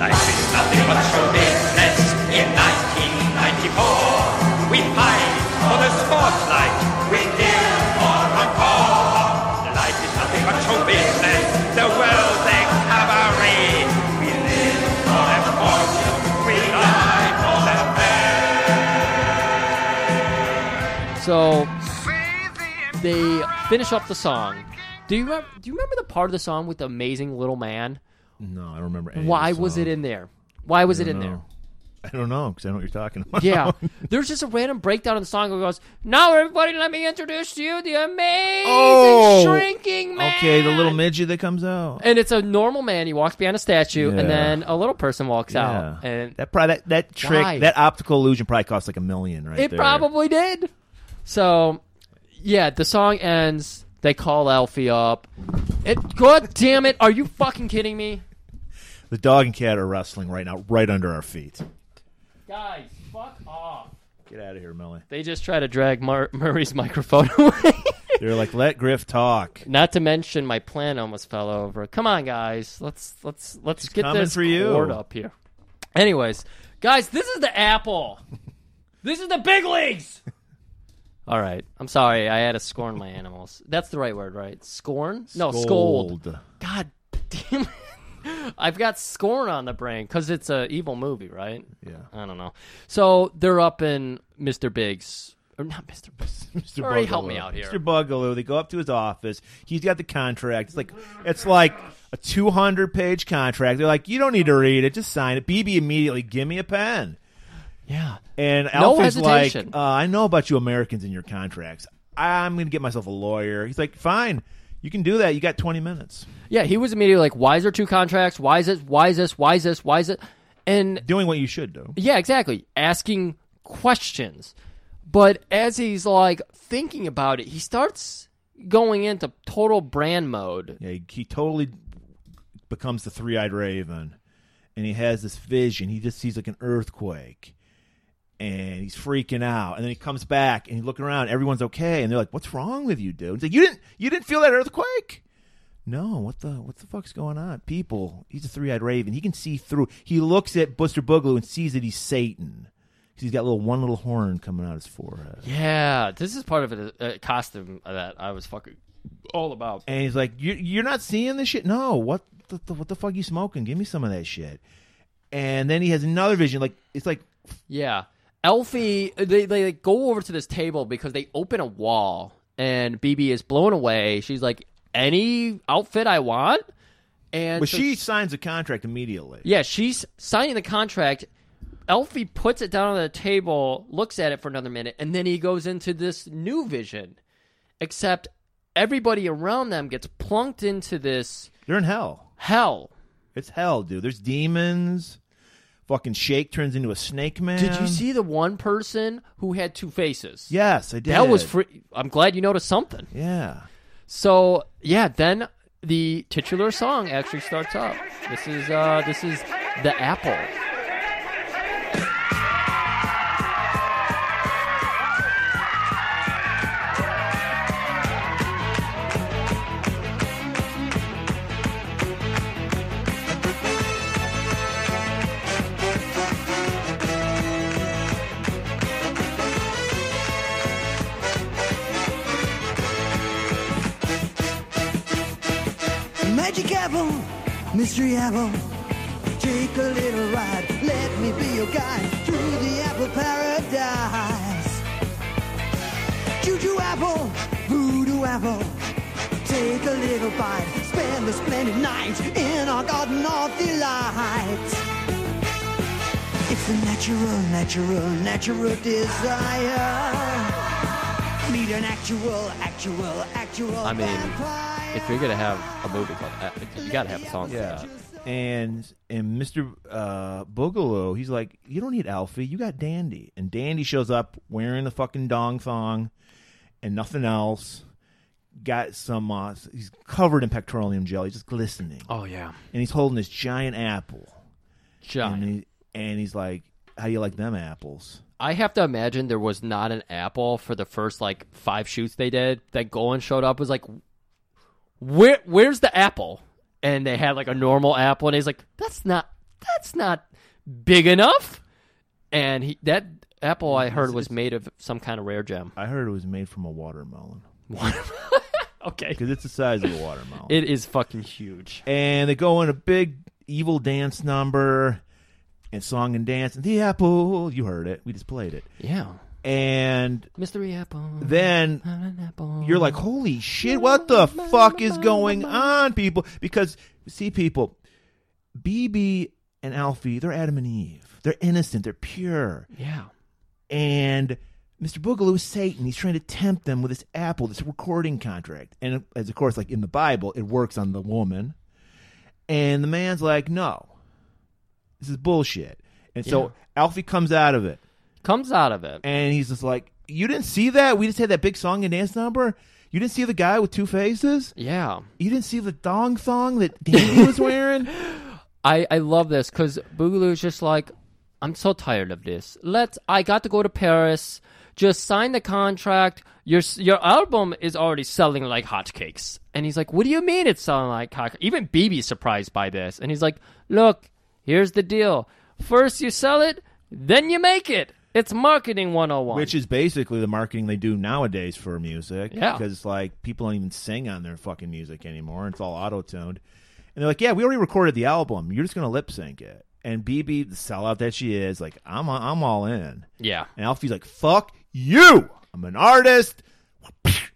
I: Life is nothing but show business. In 1994, we fight for the spotlight. We deal for a cause. Life is nothing but show business. The world's a cabaret. We live for the fortune. We die for
A: So
I: the fame.
A: they finish up the song. Do you remember, do you remember the part of the song with the amazing little man?
B: No, I don't remember. any of
A: Why
B: the
A: was it
B: songs.
A: in there? Why was it in
B: don't
A: there?
B: know. I don't know because I know what you're talking about.
A: Yeah. There's just a random breakdown in the song that goes, Now everybody let me introduce to you the amazing
B: Oh!
A: shrinking man.
B: okay, the little midget that comes out.
A: And it's a normal man. He walks behind a statue
B: Yeah.
A: and then a little person walks
B: Yeah,
A: out. And
B: that probably that, that trick,
A: Why?
B: that optical illusion, probably costs like a million, right?
A: it
B: there.
A: probably did. So yeah, the song ends. They call Alfie up. It God damn it, are you fucking kidding me?
B: The dog and cat are wrestling right now, right under our feet.
A: Guys, fuck off.
B: Get out of here, Millie.
A: They just try to drag Mur- Murray's microphone away.
B: They're like, let Griff talk.
A: Not to mention my plan almost fell over. Come on, guys. Let's let's let's get
B: coming
A: this
B: for you.
A: cord up here. Anyways, guys, this is the apple. this is the big leagues. All right. I'm sorry. I had to scorn my animals. That's the right word, right? Scorn? No, scold.
B: Scold.
A: God damn it. I've got scorn on the brain because it's a evil movie, right?
B: Yeah.
A: I don't know. So they're up in Mr. Big's. Or not Mr. Big's.
B: Mr.
A: Sorry,
B: Bugaloo.
A: help me out here.
B: Mr. Bugaloo. They go up to his office. He's got the contract. It's like it's like a two hundred page contract. They're like, you don't need to read it. Just sign it. BB immediately, give me a pen.
A: Yeah.
B: And
A: No
B: Alfred's like, uh,
A: hesitation.
B: I know about you Americans and your contracts. I'm going to get myself a lawyer. He's like, fine, you can do that. You got 20 minutes.
A: Yeah, he was immediately like, why is there two contracts? Why is it? Why is this? Why is this? Why is it? And
B: Doing what you should do.
A: Yeah, exactly. Asking questions. But as he's like thinking about it, he starts going into total brand mode.
B: Yeah, he, he totally becomes the three eyed raven, and he has this vision. He just sees like an earthquake, and he's freaking out. And then he comes back and he's looking around. Everyone's okay, and they're like, "What's wrong with you, dude?" He's like, "You didn't, you didn't feel that earthquake." No, what the what the fuck's going on? People, he's a three eyed raven. He can see through. He looks at Buster Boogaloo and sees that he's Satan. 'Cause He's got little one little horn coming out his forehead.
A: Yeah, this is part of a, a costume that I was fucking all about.
B: And he's like, you, "You're not seeing this shit? No. What the, the what the fuck you smoking? Give me some of that shit." And then he has another vision. Like it's like
A: Yeah. Elfie, they, they like, go over to this table because they open a wall and BB is blown away. She's like, any outfit I want? And
B: but
A: so
B: she signs a contract immediately.
A: Yeah, she's signing the contract. Elfie puts it down on the table, looks at it for another minute, and then he goes into this new vision. Except everybody around them gets plunked into this
B: They're in hell.
A: hell.
B: It's hell, dude. There's demons. Fucking Shake turns into a snake man.
A: Did you see the one person who had two faces?
B: Yes, I did.
A: That was free. I'm glad you noticed something.
B: Yeah.
A: So yeah, then the titular song actually starts up. This is uh, this is the apple.
J: Magic apple, mystery apple. Take a little ride, let me be your guide through the apple paradise. Juju apple, voodoo apple. Take a little bite, spend a splendid night in our garden of delight. It's a natural, natural, natural desire. Meet an actual, actual, actual.
A: I mean,
J: vampire.
A: If you're gonna have a movie called, Apple, you gotta have a song for that.
B: And and Mr. Uh, Boogaloo, he's like, you don't need Alfie, you got Dandy. And Dandy shows up wearing the fucking dong thong and nothing else. Got some, uh, he's covered in petroleum jelly, just glistening.
A: Oh yeah,
B: And he's holding this giant apple.
A: Johnny.
B: And, he, and he's like, how do you like them apples?
A: I have to imagine there was not an apple for the first like five shoots they did. That Golan showed up was like, where where's the apple? And they had like a normal apple, and he's like, that's not that's not big enough. And he that apple I heard was made of some kind of rare gem.
B: I heard it was made from a watermelon
A: Okay,
B: because it's the size of a watermelon.
A: it is fucking huge.
B: and they go in a big evil dance number and song and dance. The apple, you heard it. We just played it.
A: Yeah,
B: And
A: mystery apple.
B: then
A: not an apple.
B: you're like, holy shit, what the fuck is going on, people? Because, see, people, BB and Alfie, they're Adam and Eve. They're innocent, they're pure.
A: yeah.
B: And Mr. Boogaloo is Satan. He's trying to tempt them with this apple, this recording contract. And as of course, like in the Bible, it works on the woman. And the man's like, no, this is bullshit. And so
A: Yeah.
B: Alfie comes out of it
A: Comes out of it.
B: and he's just like, you didn't see that? We just had that big song and dance number. You didn't see the guy with two faces?
A: Yeah.
B: You didn't see the dong thong that Danny was wearing?
A: I, I love this because Boogaloo's just like, I'm so tired of this. Let's. I got to go to Paris. Just sign the contract. Your s- your album is already selling like hotcakes. And he's like, What do you mean it's selling like hotcakes? Even BB's surprised by this. And he's like, Look, here's the deal. First you sell it, then you make it. It's marketing 101.
B: Which is basically the marketing they do nowadays for music.
A: Yeah.
B: Because like people don't even sing on their fucking music anymore. It's all auto tuned. And they're like, Yeah, we already recorded the album. You're just gonna lip sync it. And BB, the sellout that she is, like, I'm I'm all in.
A: yeah.
B: And Alfie's like, Fuck you. I'm an artist.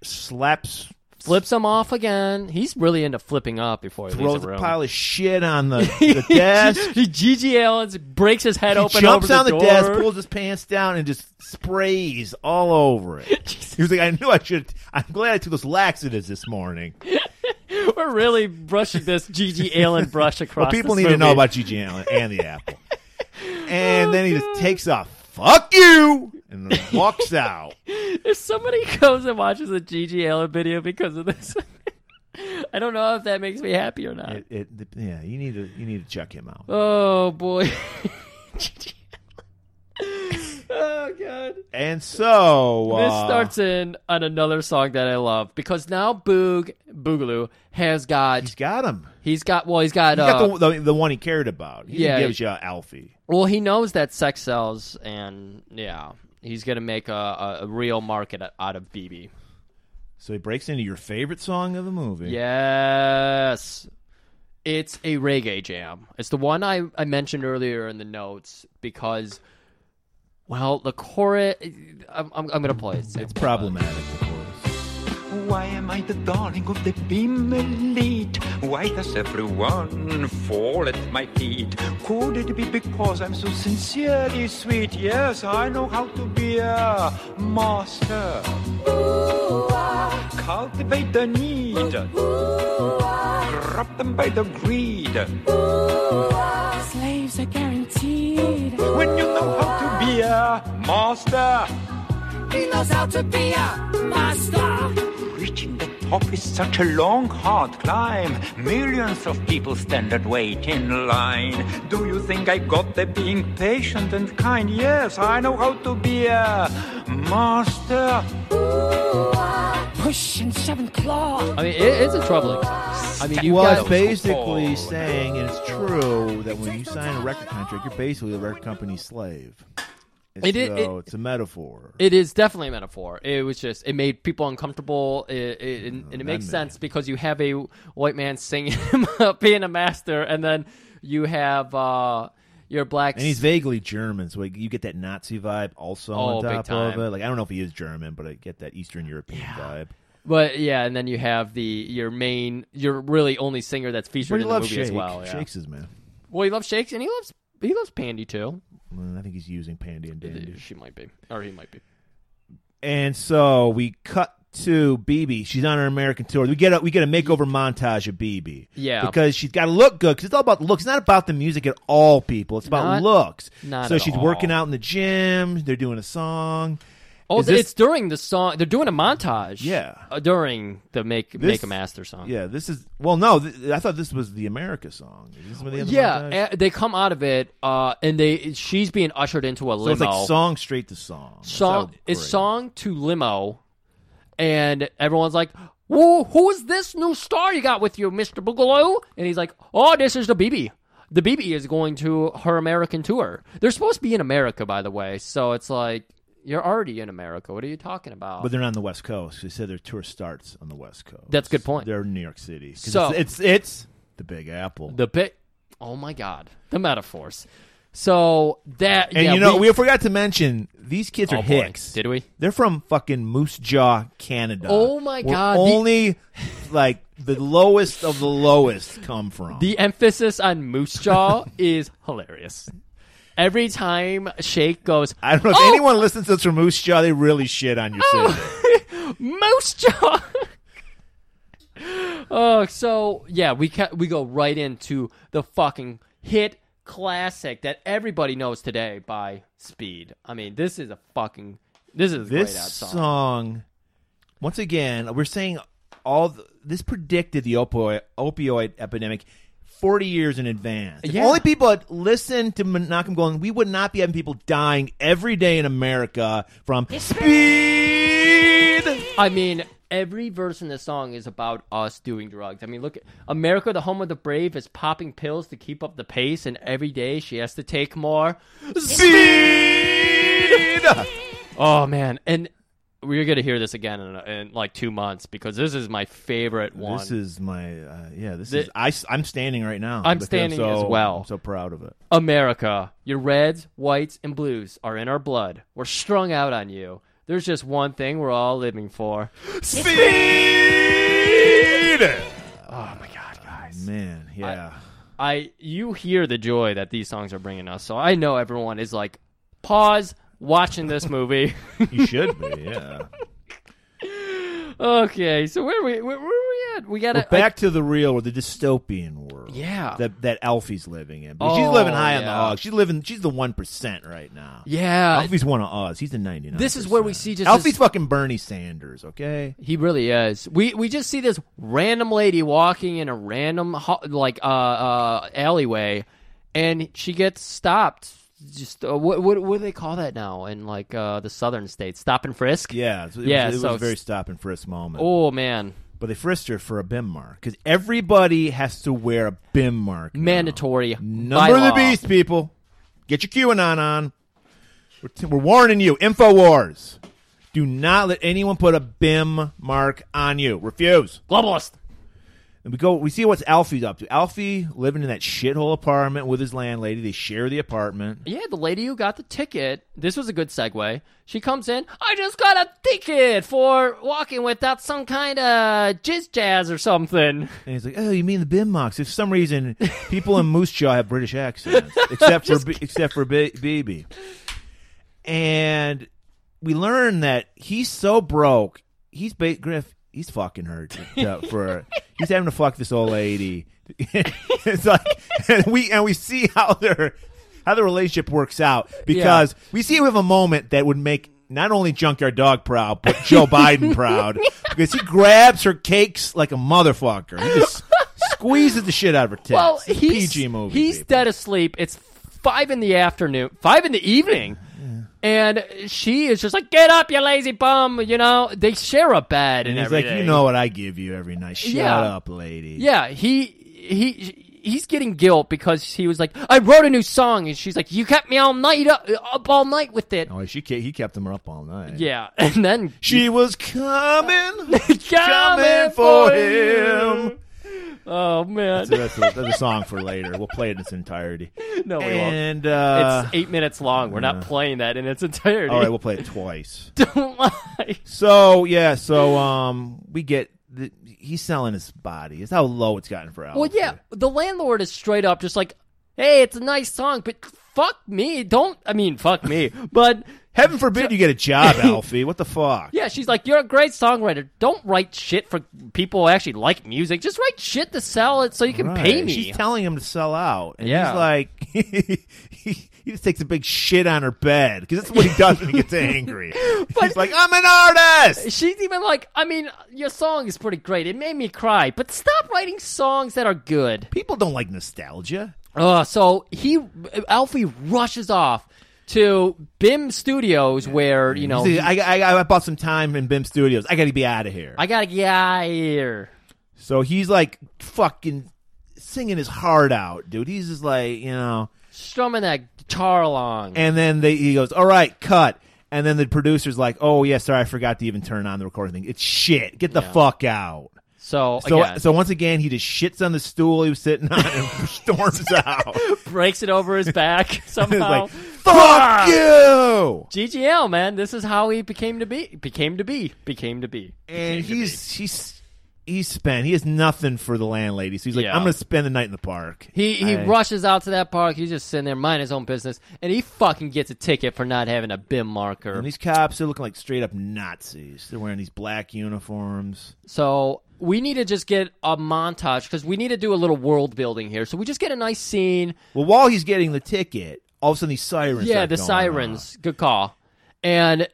B: Slaps
A: Flips him off again. He's really into flipping up before he
B: throws
A: leaves the
B: a
A: room.
B: pile of shit on the, the desk.
A: he Gigi Allen's breaks his head
B: He
A: open.
B: jumps
A: over the
B: on the,
A: door.
B: desk, pulls his pants down, and just sprays all over it. he was like, "I knew I should. I'm glad I took those laxatives this morning."
A: We're really brushing this Gigi Allen brush across.
B: Well, people
A: this
B: need to know
A: movie.
B: about Gigi Allen and the apple.
A: Oh,
B: And then he just takes off. Fuck you, and then walks out.
A: If somebody goes and watches a Gigi Allen video because of this, I don't know if that makes me happy or not.
B: It, it, yeah, you need to you need to check him out.
A: Oh boy. Gigi Allen. oh god.
B: And so
A: This
B: uh,
A: starts in on another song that I love because now Boog Boogaloo has got
B: He's got him.
A: he's got well he's got,
B: He
A: uh,
B: got the, the the one he cared about. He
A: Yeah.
B: gives you Alfie.
A: well he knows that sex sells and yeah he's gonna make a, a, a real market out of BB.
B: So he breaks into your favorite song of the movie.
A: Yes. It's a reggae jam. It's the one I, I mentioned earlier in the notes because, well, the chorus. I'm, I'm, I'm going to play it. It's
B: problematic. Of course.
I: Why am I the darling of the beam elite? Why does everyone fall at my feet? Could it be because I'm so sincerely sweet? Yes, I know how to be a master. Cultivate the need. Grab them by the greed.
K: Slaves are guaranteed.
I: When you know how to be a master.
K: He knows how to be a master.
I: Reaching the top is such a long, hard climb. Millions of people stand and wait in line. Do you think I got there being patient and kind? Yes, I know how to be a master.
K: Push and shove and claw.
A: I mean, it, it's a troubling song. I mean, you
B: well, it's
A: got.
B: basically saying, and it's true, that when you sign a record contract, you're basically the record company's slave. And
A: It is-
B: so
A: it-
B: it's a metaphor.
A: It is definitely a metaphor. It was just, it made people uncomfortable. It, it, and- and it makes
B: Oh, man.
A: sense because you have a white man singing him up being a master, and then you have uh, your black.
B: and he's vaguely German, so like, you get that Nazi vibe also
A: Oh,
B: on
A: big
B: top
A: time.
B: of it. Like I don't know if he is German, but I get that Eastern European vibe.
A: But yeah, and then you have the your main, your really only singer that's featured
B: But he
A: in the
B: loves
A: movie
B: Shake.
A: as well. Yeah.
B: Shake's his man.
A: Well, he loves shakes, and he loves he loves Pandy too.
B: Well, I think he's using Pandy and Dandy.
A: She might be, or he might be.
B: And so we cut to BB. She's on her American tour. We get a we get a makeover montage of BB.
A: Yeah.
B: because she's got to look good. Because it's all about looks. It's not about the music at all, people. It's about
A: Not-
B: looks.
A: not
B: so
A: at
B: she's
A: all.
B: working out in the gym. They're doing a song.
A: Oh,
B: Is this-
A: it's during the song. They're doing a montage.
B: Yeah.
A: uh, during the make
B: This-
A: make a master song.
B: Yeah, this is well. No, th- I thought this was the America song. Is this where they have the montage?
A: yeah. a- they come out of it, uh, and they she's being ushered into a
B: so
A: limo.
B: it's like song straight to song. That's
A: song
B: how
A: it's
B: great.
A: song to limo, and everyone's like, "Whoa, who is this new star you got with you, Mister Boogaloo?" And he's like, "Oh, this is the BB. The BB is going to her American tour. They're supposed to be in America, by the way. So it's like you're already in America. What are you talking about?"
B: But they're not on the West Coast. They said their tour starts on the West Coast.
A: That's a good point.
B: They're in New York City. 'Cause
A: So-
B: it's, it's it's the Big Apple.
A: the bit, oh my god, the metaphors. So that
B: And
A: yeah,
B: you know, we, forgot to mention these kids
A: Oh,
B: are
A: boy.
B: Hicks.
A: Did we?
B: They're from fucking Moose Jaw, Canada.
A: Oh, my
B: where
A: God, the-
B: Only like the lowest of the lowest come from.
A: The emphasis on Moose Jaw is hilarious. Every time Shake goes,
B: I don't know if
A: Oh!
B: anyone listens to this from Moose Jaw. They really shit on your city.
A: Moose Jaw. oh, so yeah, we ca- we go right into the fucking hit classic that everybody knows today by Speed. I mean, this is a fucking this is a
B: This
A: great out song.
B: song, once again, we're saying all the, this predicted the opioid opioid epidemic. 40 years in advance. If
A: Yeah.
B: Only people that listen to Malcolm Golden, we would not be having people dying every day in America from speed.
A: I mean, every verse in this song is about us doing drugs. I mean, look, at America, the home of the brave, is popping pills to keep up the pace, and every day she has to take more.
B: Speed!
A: Oh man, and we're gonna hear this again in, in like two months because this is my favorite one.
B: This is my uh, yeah. This
A: The-
B: is I. am standing right now.
A: I'm
B: because-
A: standing
B: so-
A: as well.
B: I'm so proud of it.
A: America, your reds, whites, and blues are in our blood. We're strung out on you. There's just one thing we're all living for.
B: Speed.
A: Oh my god, guys.
B: Man, yeah.
A: I you hear the joy that these songs are bringing us. So I know everyone is like pause watching this movie.
B: you should be. Yeah.
A: okay, so where we where, where we at? We got
B: We're
A: to
B: back to the real or the dystopian world.
A: Yeah.
B: That that Alfie's living in. But she's
A: Oh,
B: living high on the
A: yeah.
B: hog. She's living she's the one percent right now.
A: Yeah.
B: Alfie's one of us. He's the ninety nine.
A: This is where we see just
B: Alfie's
A: this-
B: fucking Bernie Sanders, okay?
A: He really is. We we just see this random lady walking in a random ho- like uh, uh alleyway, and she gets stopped. Just uh, what, what what do they call that now in like uh the southern states? Stop and frisk.
B: Yeah. so It
A: yeah.
B: Was, it
A: so
B: was a very stop and frisk moment.
A: oh man,
B: But they frisked her for a BIM mark because everybody has to wear a BIM mark. now.
A: mandatory by
B: Number of the
A: law.
B: beast, people. Get your QAnon on. We're, t- we're warning you. InfoWars. Do not let anyone put a BIM mark on you. Refuse.
A: Globalist.
B: And we go. We see what's Alfie's up to. Alfie living in that shithole apartment with his landlady. They share the apartment.
A: Yeah, the lady who got the ticket. This was a good segue. She comes in. I just got a ticket for walking without some kind of jizz jazz or something.
B: And he's like, "Oh, you mean the BIM marks? If for some reason people in Moose Jaw have British accents, except for B- except for B- BB." And we learn that he's so broke. He's ba- Griff. He's fucking her to- to- for. He's having to fuck this old lady. it's like and we and we see how their how the relationship works out because we see we have a moment that would make not only Junkyard Dog proud but Joe Biden proud because he grabs her cakes like a motherfucker. He just squeezes the shit out of her tits.
A: Well,
B: It's a
A: he's
B: PG movie.
A: He's
B: people.
A: dead asleep. It's five in the afternoon, five in the evening, and she is just like, "Get up, you lazy bum!" You know, they share a bed, and,
B: And he's like,
A: everything.
B: you know what I give you every night. Shut
A: Yeah.
B: up, lady.
A: yeah, he he he's getting guilt because he was like, "I wrote a new song," and she's like, "You kept me all night up, up all night with it."
B: Oh, she ke- he kept him up all night.
A: Yeah, and then
B: She was coming,
A: coming
B: coming for him.
A: Oh man,
B: So that's a, that's a song for later. We'll play it in its entirety.
A: no, we won't.
B: and uh,
A: it's eight minutes long. We're not playing that in its entirety.
B: all right, we'll play it twice.
A: Don't lie.
B: So yeah, so um, we get the, he's selling his body. It's how low it's gotten for Alfie.
A: Well, yeah, the landlord is straight up just like, "Hey, it's a nice song, but fuck me, don't." I mean, fuck me, but
B: Heaven forbid you get a job, Alfie. What the fuck?
A: yeah, she's like, "You're a great songwriter. Don't write shit for people who actually like music. Just write shit to sell it so you can
B: Right.
A: pay me."
B: She's telling him to sell out, and
A: Yeah.
B: he's like, he, he just takes a big shit on her bed because that's what he does when he gets angry. he's like, I'm an artist.
A: She's even like, I mean, your song is pretty great. It made me cry, but stop writing songs that are good.
B: People don't like nostalgia.
A: Uh, so he, Alfie rushes off to BIM Studios where, you know,
B: See, I, I, I bought some time in BIM Studios. I got to be out of here.
A: I gotta get out of here.
B: so he's like fucking singing his heart out, dude. He's just like, you know.
A: Strumming that guitar along.
B: And then they, he goes, all right, cut. And then the producer's like, oh, yeah, sorry, I forgot to even turn on the recording thing. It's shit. Get the fuck out.
A: so,
B: So,
A: again,
B: so once again, he just shits on the stool he was sitting on and storms out.
A: breaks it over his back
B: It's
A: somehow.
B: like, fuck you!
A: GGL man, this is how he became to be, became to be, became to be.
B: And he's he's he's spent. He has nothing for the landlady, so he's like,
A: Yeah.
B: I'm gonna spend the night in the park.
A: He he
B: I-
A: rushes out to that park. He's just sitting there, minding his own business, and he fucking gets a ticket for not having a BIM marker.
B: And these cops are looking like straight up Nazis. They're wearing these black uniforms.
A: So we need to just get a montage because we need to do a little world building here. So we just get a nice scene.
B: Well, while he's getting the ticket, all of a sudden these sirens.
A: yeah,
B: start
A: the
B: going
A: sirens. Good call. And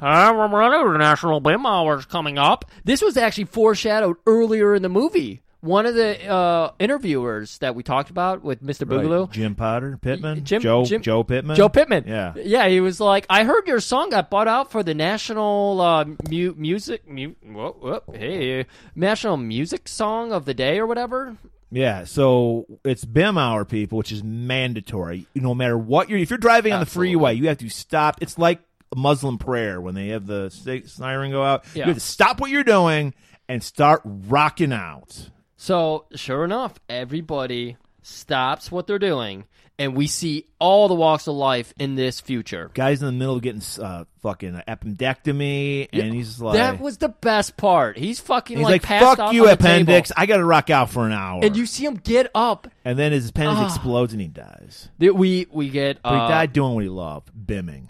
A: another national BIM hours coming up. This was actually foreshadowed earlier in the movie. One of the uh, interviewers that we talked about with Mr.
B: on. Right.
A: Boogaloo.
B: Jim Potter, Pittman,
A: Jim-
B: Joe,
A: Jim-
B: Joe Pittman,
A: Joe Pittman.
B: Yeah,
A: yeah. He was like, "I heard your song got bought out for the national uh, mu- music, mu- whoa, whoa, hey, national music song of the day or whatever."
B: Yeah, so it's BIM hour, people, which is mandatory. No matter what you're, if you're driving on the
A: Absolutely.
B: freeway, you have to stop. It's like Muslim prayer when they have the si- siren go out.
A: Yeah.
B: You have to stop what you're doing and start rocking out.
A: So sure enough, everybody stops what they're doing, and we see all the walks of life in this future.
B: Guys in the middle of getting uh, fucking appendectomy, and he's like,
A: that was the best part. He's fucking
B: he's
A: like,
B: like,
A: passed
B: "Fuck
A: out
B: you,
A: on the table.
B: appendix! I got to rock out for an hour."
A: And you see him get up.
B: And then his appendix
A: Ah.
B: explodes and he dies.
A: Th- We we get.
B: But he
A: uh,
B: died doing what he loved, bimming.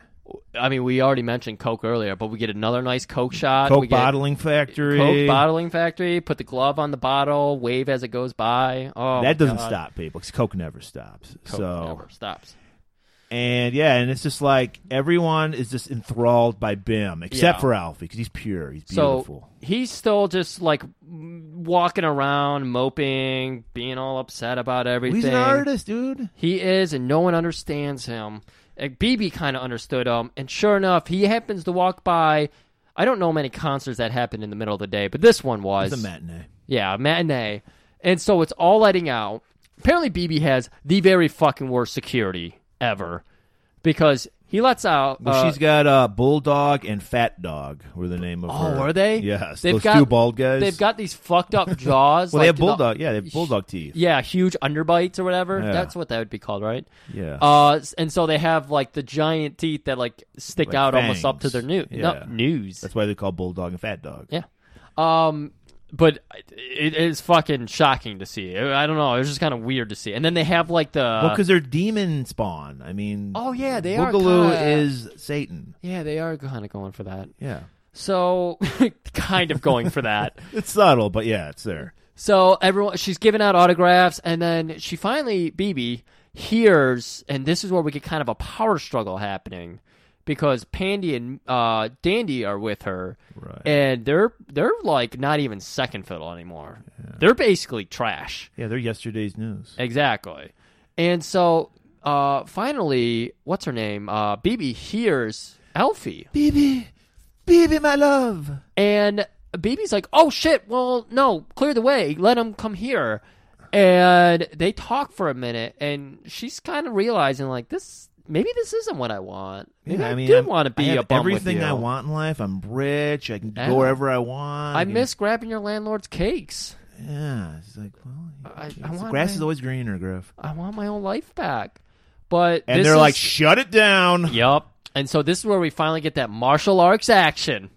A: I mean, we already mentioned Coke earlier, but we get another nice Coke shot.
B: Coke
A: we get
B: bottling factory.
A: Coke bottling factory. Put the glove on the bottle. Wave as it goes by. Oh, my
B: that doesn't
A: God.
B: stop people because Coke never stops.
A: Coke
B: so
A: never stops.
B: and yeah, and it's just like everyone is just enthralled by Bim except
A: Yeah.
B: for Alfie because he's pure, he's
A: So
B: beautiful.
A: he's still just like m- walking around, moping, being all upset about everything.
B: he's an artist, dude.
A: He is, and no one understands him. Like, BB kind of understood him, and sure enough, he happens to walk by. I don't know many concerts that happened in the middle of the day, but this one was.
B: It's a matinee.
A: Yeah, matinee. And so it's all letting out. Apparently, BB has the very fucking worst security ever because he lets out.
B: Well,
A: uh,
B: she's got uh, Bulldog and Fat Dog were the name of
A: oh,
B: her.
A: are they?
B: Yes,
A: they've
B: those
A: got
B: two bald guys.
A: They've got these fucked up jaws.
B: well,
A: like,
B: they have
A: you know-
B: bulldog. Yeah, they have bulldog teeth.
A: Yeah, huge underbites or whatever.
B: Yeah.
A: That's what that would be called, right?
B: Yeah.
A: Uh, s- and so they have like the giant teeth that like stick
B: Like
A: out almost up to
B: fangs.
A: their new
B: Yeah.
A: news.
B: That's why they call Bulldog and Fat Dog.
A: Yeah. Um, but it is fucking shocking to see. I I don't know. It was just kind of weird to see. And then they have like the
B: Well, because they're demon spawn. I mean,
A: Uh, Oh, yeah, they are
B: Boogaloo
A: kinda-
B: is Satan.
A: yeah, they are kind of going for that.
B: Yeah,
A: So kind of going for that.
B: it's subtle, but yeah, it's there.
A: So everyone, she's giving out autographs, and then she finally, BB hears, and this is where we get kind of a power struggle happening because Pandy and uh, Dandy are with her,
B: Right.
A: and they're they're like not even second fiddle anymore. They're basically trash.
B: Yeah, they're yesterday's news.
A: Exactly. And so uh, finally, what's her name? Uh, BB hears Alfie.
B: BB, BB, my love.
A: And BB's like, oh shit, well, no, clear the way. Let him come here. And they talk for a minute, and she's kind of realizing, like, this maybe this isn't what I want. Maybe
B: Yeah, I mean,
A: do
B: I'm-
A: want to
B: I
A: be
B: have
A: a bum with
B: everything I
A: you.
B: want in life. I'm rich. I can
A: Yeah.
B: go wherever I want.
A: I
B: can-
A: miss grabbing your landlord's cakes.
B: Yeah, it's like well,
A: I-
B: it's-
A: I want
B: grass
A: my-
B: is always greener, Griff.
A: I want my own life back. But
B: And
A: this
B: they're
A: is-
B: like, shut it down.
A: Yep. And so this is where we finally get that martial arts action.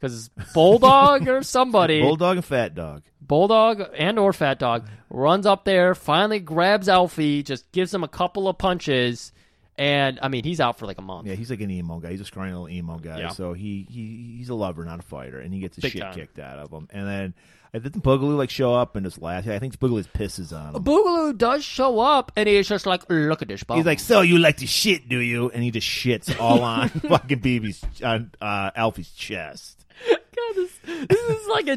A: Because Bulldog or somebody,
B: Bulldog and Fat Dog.
A: Bulldog and or Fat Dog, runs up there, finally grabs Alfie, just gives him a couple of punches, and I mean he's out for like a month.
B: Yeah, he's like an emo guy. He's a scrawny little emo guy.
A: Yeah.
B: So he, he he's a lover, not a fighter, and he gets the
A: Big
B: shit
A: time.
B: kicked out of him. And then I think Boogaloo like show up and just laughs. I think Boogaloo pisses on him.
A: Boogaloo does show up, and he's just like, "Look at this bum."
B: He's like, "So you like to shit, do you?" And he just shits all on fucking BB's on uh, Alfie's chest.
A: God, this, this is like a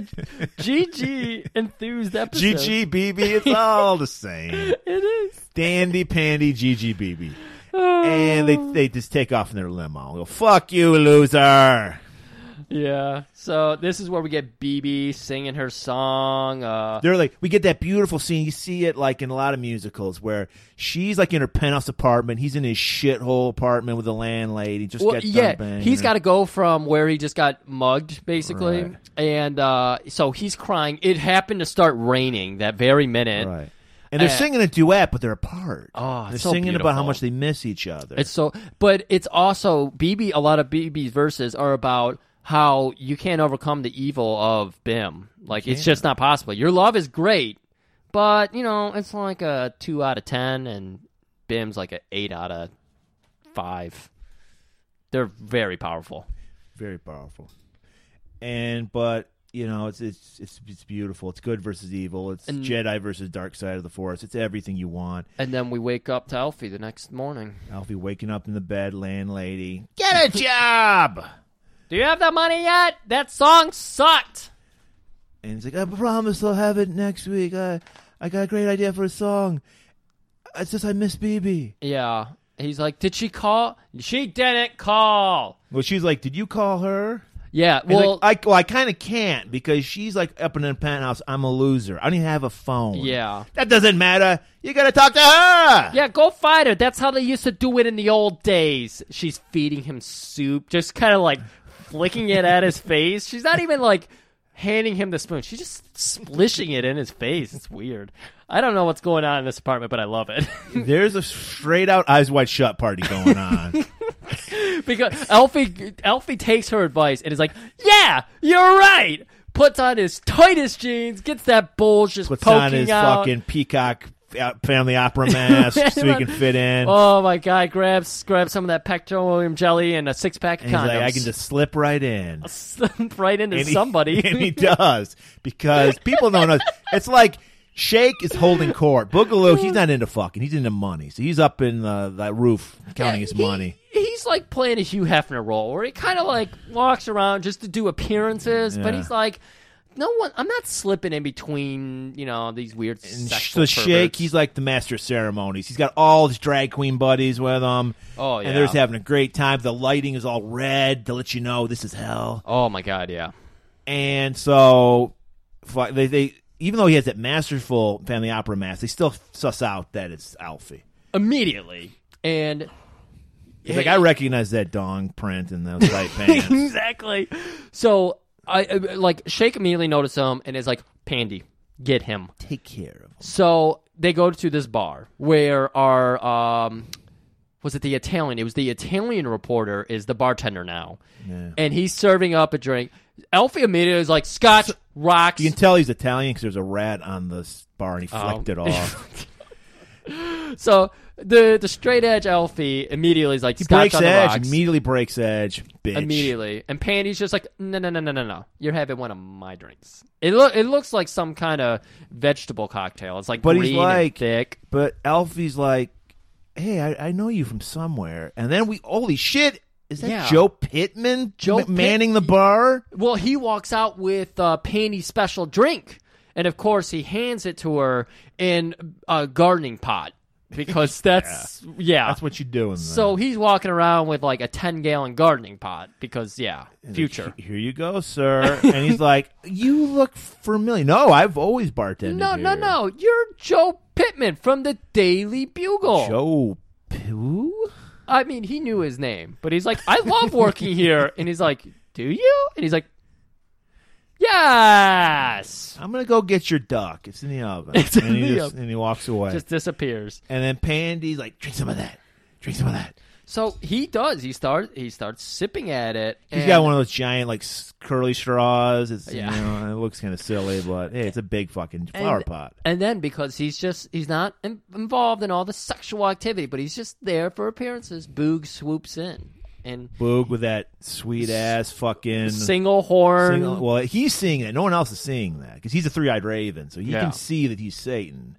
A: GG enthused episode."
B: GG BB, it's all the same.
A: it is.
B: Dandy pandy GG BB. And they they just take off in their limo. Go fuck you, loser.
A: Yeah. So this is where we get BB singing her song. Uh,
B: They're like, we get that beautiful scene. You see it like in a lot of musicals where she's like in her penthouse apartment. He's in his shithole apartment with the landlady. Just
A: well,
B: got done
A: yeah,
B: banging
A: he's
B: her.
A: got to go from where he just got mugged, basically,
B: Right.
A: and uh, so he's crying. It happened to start raining that very minute.
B: right. And they're
A: Uh,
B: singing a duet, but they're apart.
A: Oh, it's
B: they're
A: so
B: singing about how
A: beautiful.
B: much they miss each other.
A: It's so, but it's also BB. A lot of BB's verses are about how you can't overcome the evil of Bim. Like it's just not possible. Your love is great, but you know it's like a two out of ten, and Bim's like a eight out of five. They're very powerful.
B: very powerful. And but you know, it's it's it's, it's beautiful. It's good versus evil. It's
A: And-
B: Jedi versus dark side of the force. It's everything you want.
A: And then we wake up to Alfie the next morning.
B: Alfie waking up in the bed, landlady. Get a job.
A: Do you have the money yet? That song sucked.
B: And he's like, I promise I'll have it next week. I, I got a great idea for a song. It's just I miss BB.
A: Yeah. He's like, did she call? She didn't call.
B: Well, she's like, Did you call her?
A: Yeah,
B: And,
A: well-
B: like, I, well, I kind of can't because she's like up in a penthouse. I'm a loser. I don't even have a phone.
A: Yeah.
B: that doesn't matter. You gotta talk to her.
A: Yeah, go fight her. That's how they used to do it in the old days. She's feeding him soup, just kind of like flicking it at his face. She's not even like handing him the spoon. She's just splishing it in his face. It's weird. I don't know what's going on in this apartment, but I love it.
B: There's a straight out eyes wide shut party going on.
A: because Alfie Alfie takes her advice and is like, "Yeah, you're right." Puts on his tightest jeans, gets that bulge just
B: Puts
A: poking
B: on his
A: out.
B: fucking peacock uh, family opera mask so he can fit in.
A: Oh my god! Grabs grabs some of that Pectorium jelly and a six pack of
B: and he's like,
A: condoms.
B: I can just slip right in.
A: slump right into
B: And he-
A: somebody.
B: and he does because people don't know. It's like Shake is holding court. Boogaloo, he's not into fucking. He's into money. So he's up in uh, that roof counting his money.
A: he's like playing a Hugh Hefner role where he kind of like walks around just to do appearances, but
B: Yeah.
A: he's like, no one, I'm not slipping in between, you know, these weird sexual
B: So Shake,
A: perverts.
B: he's like the master of ceremonies. He's got all his drag queen buddies with him.
A: Oh, yeah.
B: and they're just having a great time. The lighting is all red to let you know this is hell.
A: Oh my god, yeah.
B: And so, fu- they, they even though he has that masterful family opera mask, they still suss out that it's Alfie.
A: Immediately. And
B: He's like, I recognize that dong print and those tight pants.
A: exactly. So I I- like Shake immediately notices him and is like, Pandy, get him.
B: Take care of him.
A: So they go to this bar where our um was it the Italian? It was the Italian reporter is the bartender now.
B: Yeah.
A: And he's serving up a drink. Alfie immediately is like, Scotch rocks.
B: You can tell he's Italian because there's a rat on the s- bar and he
A: Oh.
B: flicked it off.
A: so the the straight edge Alfie immediately is like,
B: He
A: Scotch
B: breaks
A: on the
B: edge,
A: rocks.
B: immediately breaks edge, bitch.
A: immediately. And Pandy's just like, no, no, no, no, no, no. You're having one of my drinks. It look it looks like some kind of vegetable cocktail. It's like
B: But
A: green
B: he's
A: and
B: like,
A: thick.
B: but Alfie's like, hey, I, I know you from somewhere. And then we, holy shit, is that
A: Yeah.
B: Joe Pittman
A: Joe
B: ma-
A: Pitt- Uh,
B: manning the bar?
A: Well, he walks out with uh, Pandy's special drink, and of course he hands it to her in a gardening pot because that's yeah.
B: That's what you do. In
A: so he's walking around with like a ten gallon gardening pot because yeah, future.
B: Here you go, sir. and he's like, you look familiar. No, I've always bartended
A: No, no,
B: here.
A: no! You're Joe Pittman from the Daily Bugle.
B: Joe Poo?
A: I mean, he knew his name, but he's like, I love working here. And he's like, Do you? And he's like, Yes.
B: I'm gonna go get your duck. It's in the oven.
A: It's
B: and
A: in
B: he
A: the
B: just,
A: oven.
B: and he walks away.
A: Just disappears.
B: and then Pandy's like, drink some of that. Drink some of that.
A: So he does. He starts. He starts sipping at it.
B: He's
A: and-
B: got one of those giant like s- curly straws. It's
A: Yeah.
B: you know, it looks kind of silly, but hey, it's a big fucking flower
A: and-
B: pot.
A: And then because he's just he's not in, involved in all the sexual activity, but he's just there for appearances. Boog swoops in and
B: Boog with that sweet ass fucking
A: single horn.
B: Mm. single- Well, he's seeing that. No one else is seeing that because he's a three eyed raven, so he
A: Yeah.
B: can see that he's Satan.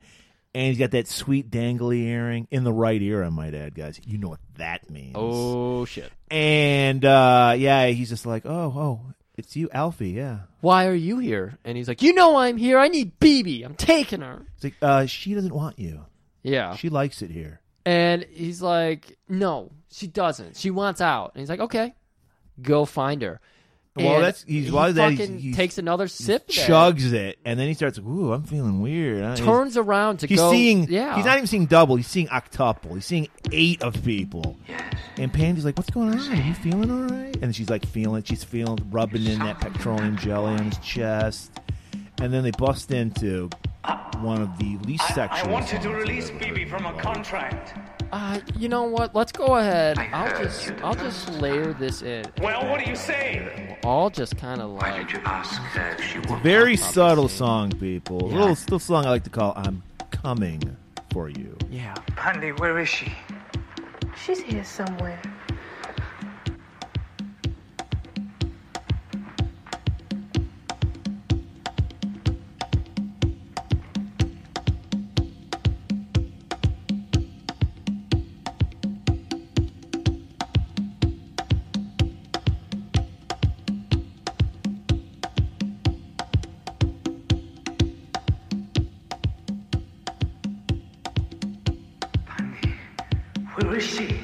B: And he's got that sweet dangly earring in the right ear, I might add, guys. You know what that means.
A: oh shit!
B: And uh, yeah, he's just like, oh, oh, it's you, Alfie. Yeah.
A: Why are you here? And he's like, You know I'm here. I need BB. I'm taking her.
B: It's like, uh, she doesn't want you.
A: Yeah.
B: She likes it here.
A: And he's like, No, she doesn't. She wants out. And he's like, Okay, go find her. And
B: Well, that's- he's-
A: he
B: why is that? He's-
A: fucking
B: he's-
A: takes another sip. there.
B: Chugs it, and then he starts. Ooh, I'm feeling weird. Uh, he's-
A: turns around to
B: He's
A: go.
B: seeing.
A: Yeah.
B: He's not even seeing double. He's seeing octuple. He's seeing eight of people. And Pandy's like, "What's going on? Are you feeling all right?" And she's like, feeling. She's feeling, rubbing in that petroleum jelly on his chest. And then they bust into one of the least
F: I
B: sexual.
F: wanted to release BB from a contract.
A: Uh, you know what? Let's go ahead. I'll just I'll just layer this in.
F: Well, what do you say?
A: I'll just kind of like
B: Very subtle song, people. A
A: Yeah.
B: little, little song I like to call "I'm Coming for You."
A: yeah.
F: Pandy, where is she?
L: She's here somewhere.
F: Where is she?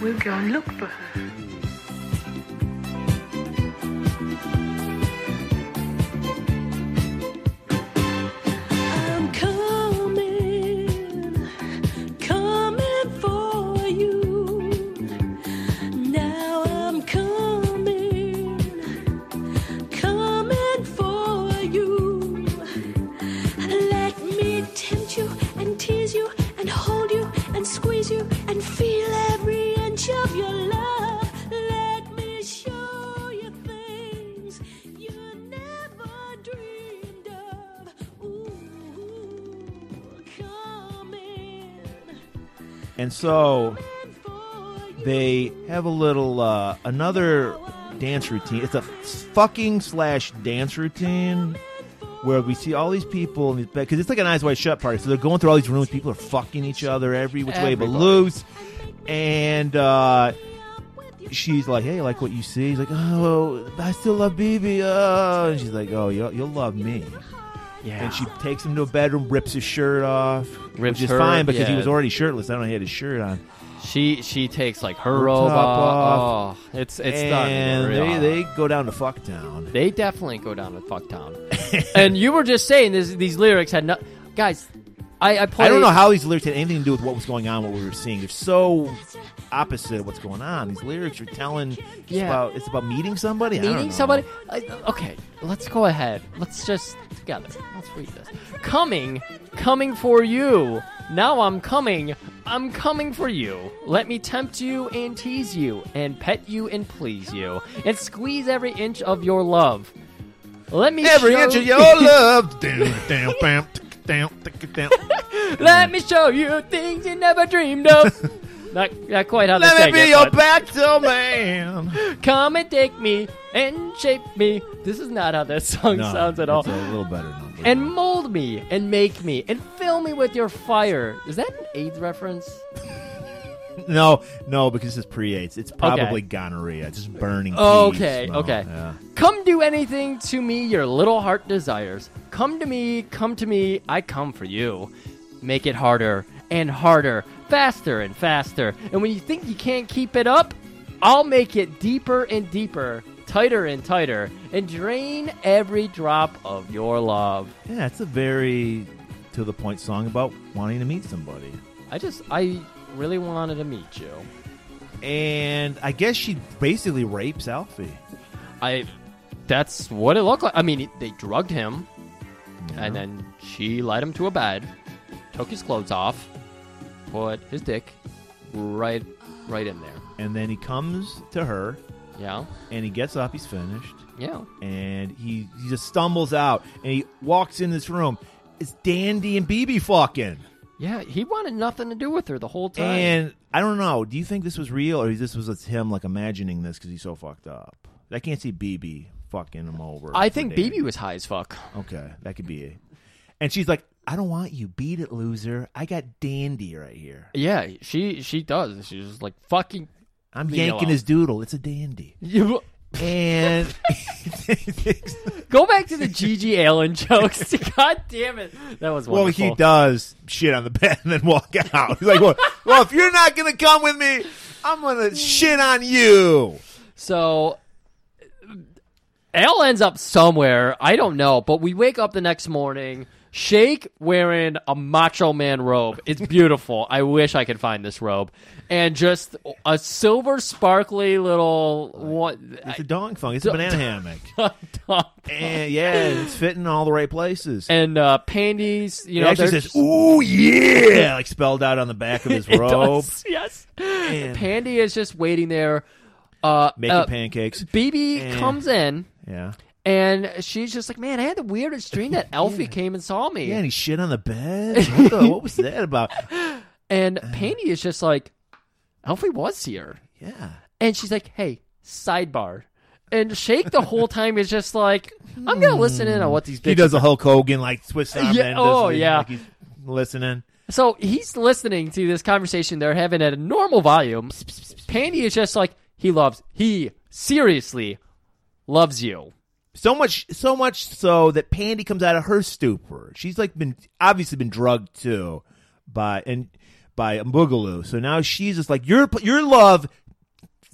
L: We'll go and look for her.
G: I'm coming, coming for you. Now I'm coming, coming for you. Let me tempt you and tease you and hold you and squeeze you and feel every inch of your love. Let me show you things you never dreamed of.
B: And so they have a little uh, another dance routine. It's a fucking slash dance routine where we see all these people in because it's like an eyes wide shut party. So they're going through all these rooms. People are fucking each other every which way but
A: Everybody.
B: loose. And uh, she's like, "Hey, like what you see?" He's like, "Oh, I still love BB." Uh, and she's like, "Oh, you'll, you'll love me."
A: Yeah.
B: And she takes him to a bedroom, rips his shirt off,
A: Rips
B: which is
A: her-
B: fine because he
A: yeah.
B: was already shirtless. I don't know he had his shirt on.
A: She she takes like her
B: Her
A: robe
B: top
A: off.
B: off.
A: Oh, it's it's
B: and
A: done.
B: they, they go down to Fucktown.
A: They definitely go down to Fucktown. and you were just saying this, these lyrics had no guys. I I, played,
B: I don't know how these lyrics had anything to do with what was going on, what we were seeing. They're so opposite of what's going on. These lyrics are telling just
A: Yeah.
B: about it's about meeting somebody. I don't
A: meeting
B: know.
A: somebody. I, okay, let's go ahead. Let's just together. Let's read this. Coming, coming for you. Now I'm coming. I'm coming for you. Let me tempt you and tease you and pet you and please you and squeeze every inch of your love. Let me
B: Every
A: show-
B: inch of your love. Down, down, bam, tick, down, tick, down.
A: Let me show you things you never dreamed of. not, not quite how they
B: Let me
A: sang
B: be
A: it,
B: your
A: but-
B: backdoor man.
A: Come and take me and shape me. This is not how that song
B: No,
A: sounds at all.
B: It's a little better. Now.
A: And mold me and make me and fill me with your fire. Is that an AIDS reference?
B: No, no, because this is pre-AIDS. It's
A: Okay.
B: probably gonorrhea. It's just burning.
A: Okay,
B: peas. No,
A: okay.
B: yeah.
A: Come do anything to me your little heart desires. Come to me, come to me, I come for you. Make it harder and harder, faster and faster. And when you think you can't keep it up, I'll make it deeper and deeper, tighter and tighter, and drain every drop of your love.
B: Yeah, it's a very to the point song about wanting to meet somebody.
A: I just, I really wanted to meet you.
B: And I guess she basically rapes Alfie.
A: I, that's what it looked like. I mean, they drugged him, and then she led him to a bed, took his clothes off, put his dick right, right in there.
B: And then he comes to her
A: Yeah,
B: and he gets up, he's finished.
A: yeah.
B: And he, he just stumbles out and he walks in this room. It's Dandy and BB fucking.
A: Yeah, he wanted nothing to do with her the whole time.
B: And I don't know. Do you think this was real or this was just him like imagining this because he's so fucked up? I can't see BB fucking him over.
A: I
B: for
A: think
B: Dandy.
A: BB was high as fuck.
B: Okay, that could be it. And she's like, I don't want you. Beat it, loser. I got dandy right here.
A: Yeah, she she does. She's just like fucking.
B: I'm
A: Leave me
B: yanking
A: alone.
B: his doodle. It's a dandy.
A: You
B: And
A: go back to the Gigi Allen jokes. God damn it, that was
B: well,
A: wonderful.
B: he does shit on the bed and then walk out. He's like, well, well, if you're not gonna come with me, I'm gonna shit on you.
A: So Al ends up somewhere. I don't know, but we wake up the next morning. Shake wearing a macho man robe. It's beautiful. I wish I could find this robe. And just a silver sparkly little what
B: It's a dong funk. It's a banana hammock. And yeah, it's fitting all the right places.
A: and uh panties, you
B: it
A: know,
B: actually
A: they're
B: says,
A: just-
B: "Ooh yeah," like spelled out on the back of his
A: It does,
B: robe.
A: yes.
B: And-
A: Pandy is just waiting there. Uh
B: Making
A: uh,
B: pancakes.
A: BB
B: And-
A: comes in
B: Yeah.
A: and she's just like, Man, I had the weirdest dream that Alfie came and saw me.
B: Yeah, and he shit on the bed. What, the, what was that about?
A: And
B: Uh-huh.
A: Pandy is just like, Alfie was here.
B: Yeah.
A: And she's like, hey, sidebar. And Shake the whole time is just like, I'm going to listen in on what these bitches
B: He does a Hulk Hogan like twist on
A: Yeah,
B: end,
A: oh,
B: doesn't he?
A: yeah.
B: Like he's listening.
A: So he's listening to this conversation they're having at a normal volume. Pandy is just like, he loves, he seriously loves you.
B: So much so much so that Pandy comes out of her stupor. She's like been obviously been drugged too by and by a boogaloo. So now she's just like your your love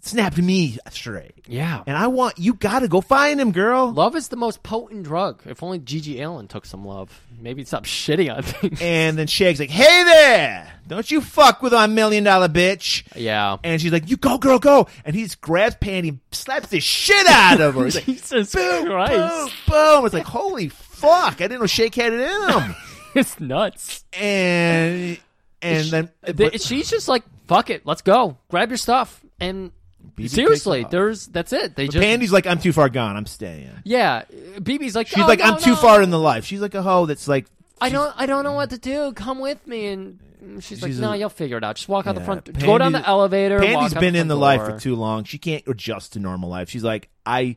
B: snapped me straight.
A: Yeah.
B: And I want you got to go find him, girl.
A: Love is the most potent drug. If only Gigi Allen took some love, maybe it'd stop shitting on things.
B: And then Shag's like, "Hey there, don't you fuck with our million dollar bitch."
A: Yeah.
B: And she's like, "You go, girl, go!" And he just grabs panty, slaps the shit out of her. He's like,
A: Jesus
B: boom, boom,
A: Christ.
B: boom. It's like, holy fuck! I didn't know Shake had it in him.
A: it's nuts.
B: And and
A: She-
B: then
A: uh, th-
B: but-
A: she's just like, "Fuck it, let's go. Grab your stuff." And
B: BB
A: seriously,
B: takes off.
A: there's that's it. They
B: but
A: just
B: Pandy's like, "I'm too far gone. I'm staying."
A: yeah. BB's like,
B: She's
A: "Oh,
B: like,
A: no,
B: "I'm too
A: no.
B: far in the life." She's like a hoe that's like,
A: I don't I don't know what to do. Come with me." And she's, like,
B: She's a-
A: "No, you'll figure it out. Just walk out the
B: Yeah,
A: front. go down
B: Pandy's-
A: the elevator."
B: Pandy's
A: walk out
B: been
A: the front
B: in the life
A: door.
B: for too long. She can't adjust to normal life. She's like, I,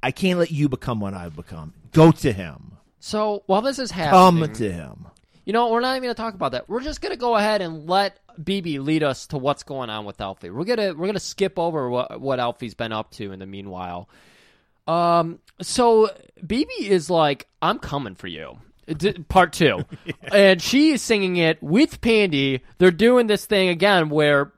B: I can't let you become what I've become. Go to him.
A: So while this is happening,
B: Come to him.
A: You know, we're not even gonna talk about that. We're just gonna go ahead and let BB lead us to what's going on with Alfie. We're gonna we're gonna skip over what what Alfie's been up to in the meanwhile. Um, so BB is like, "I'm coming for you." D- part two, and she is singing it with Pandy. They're doing this thing again where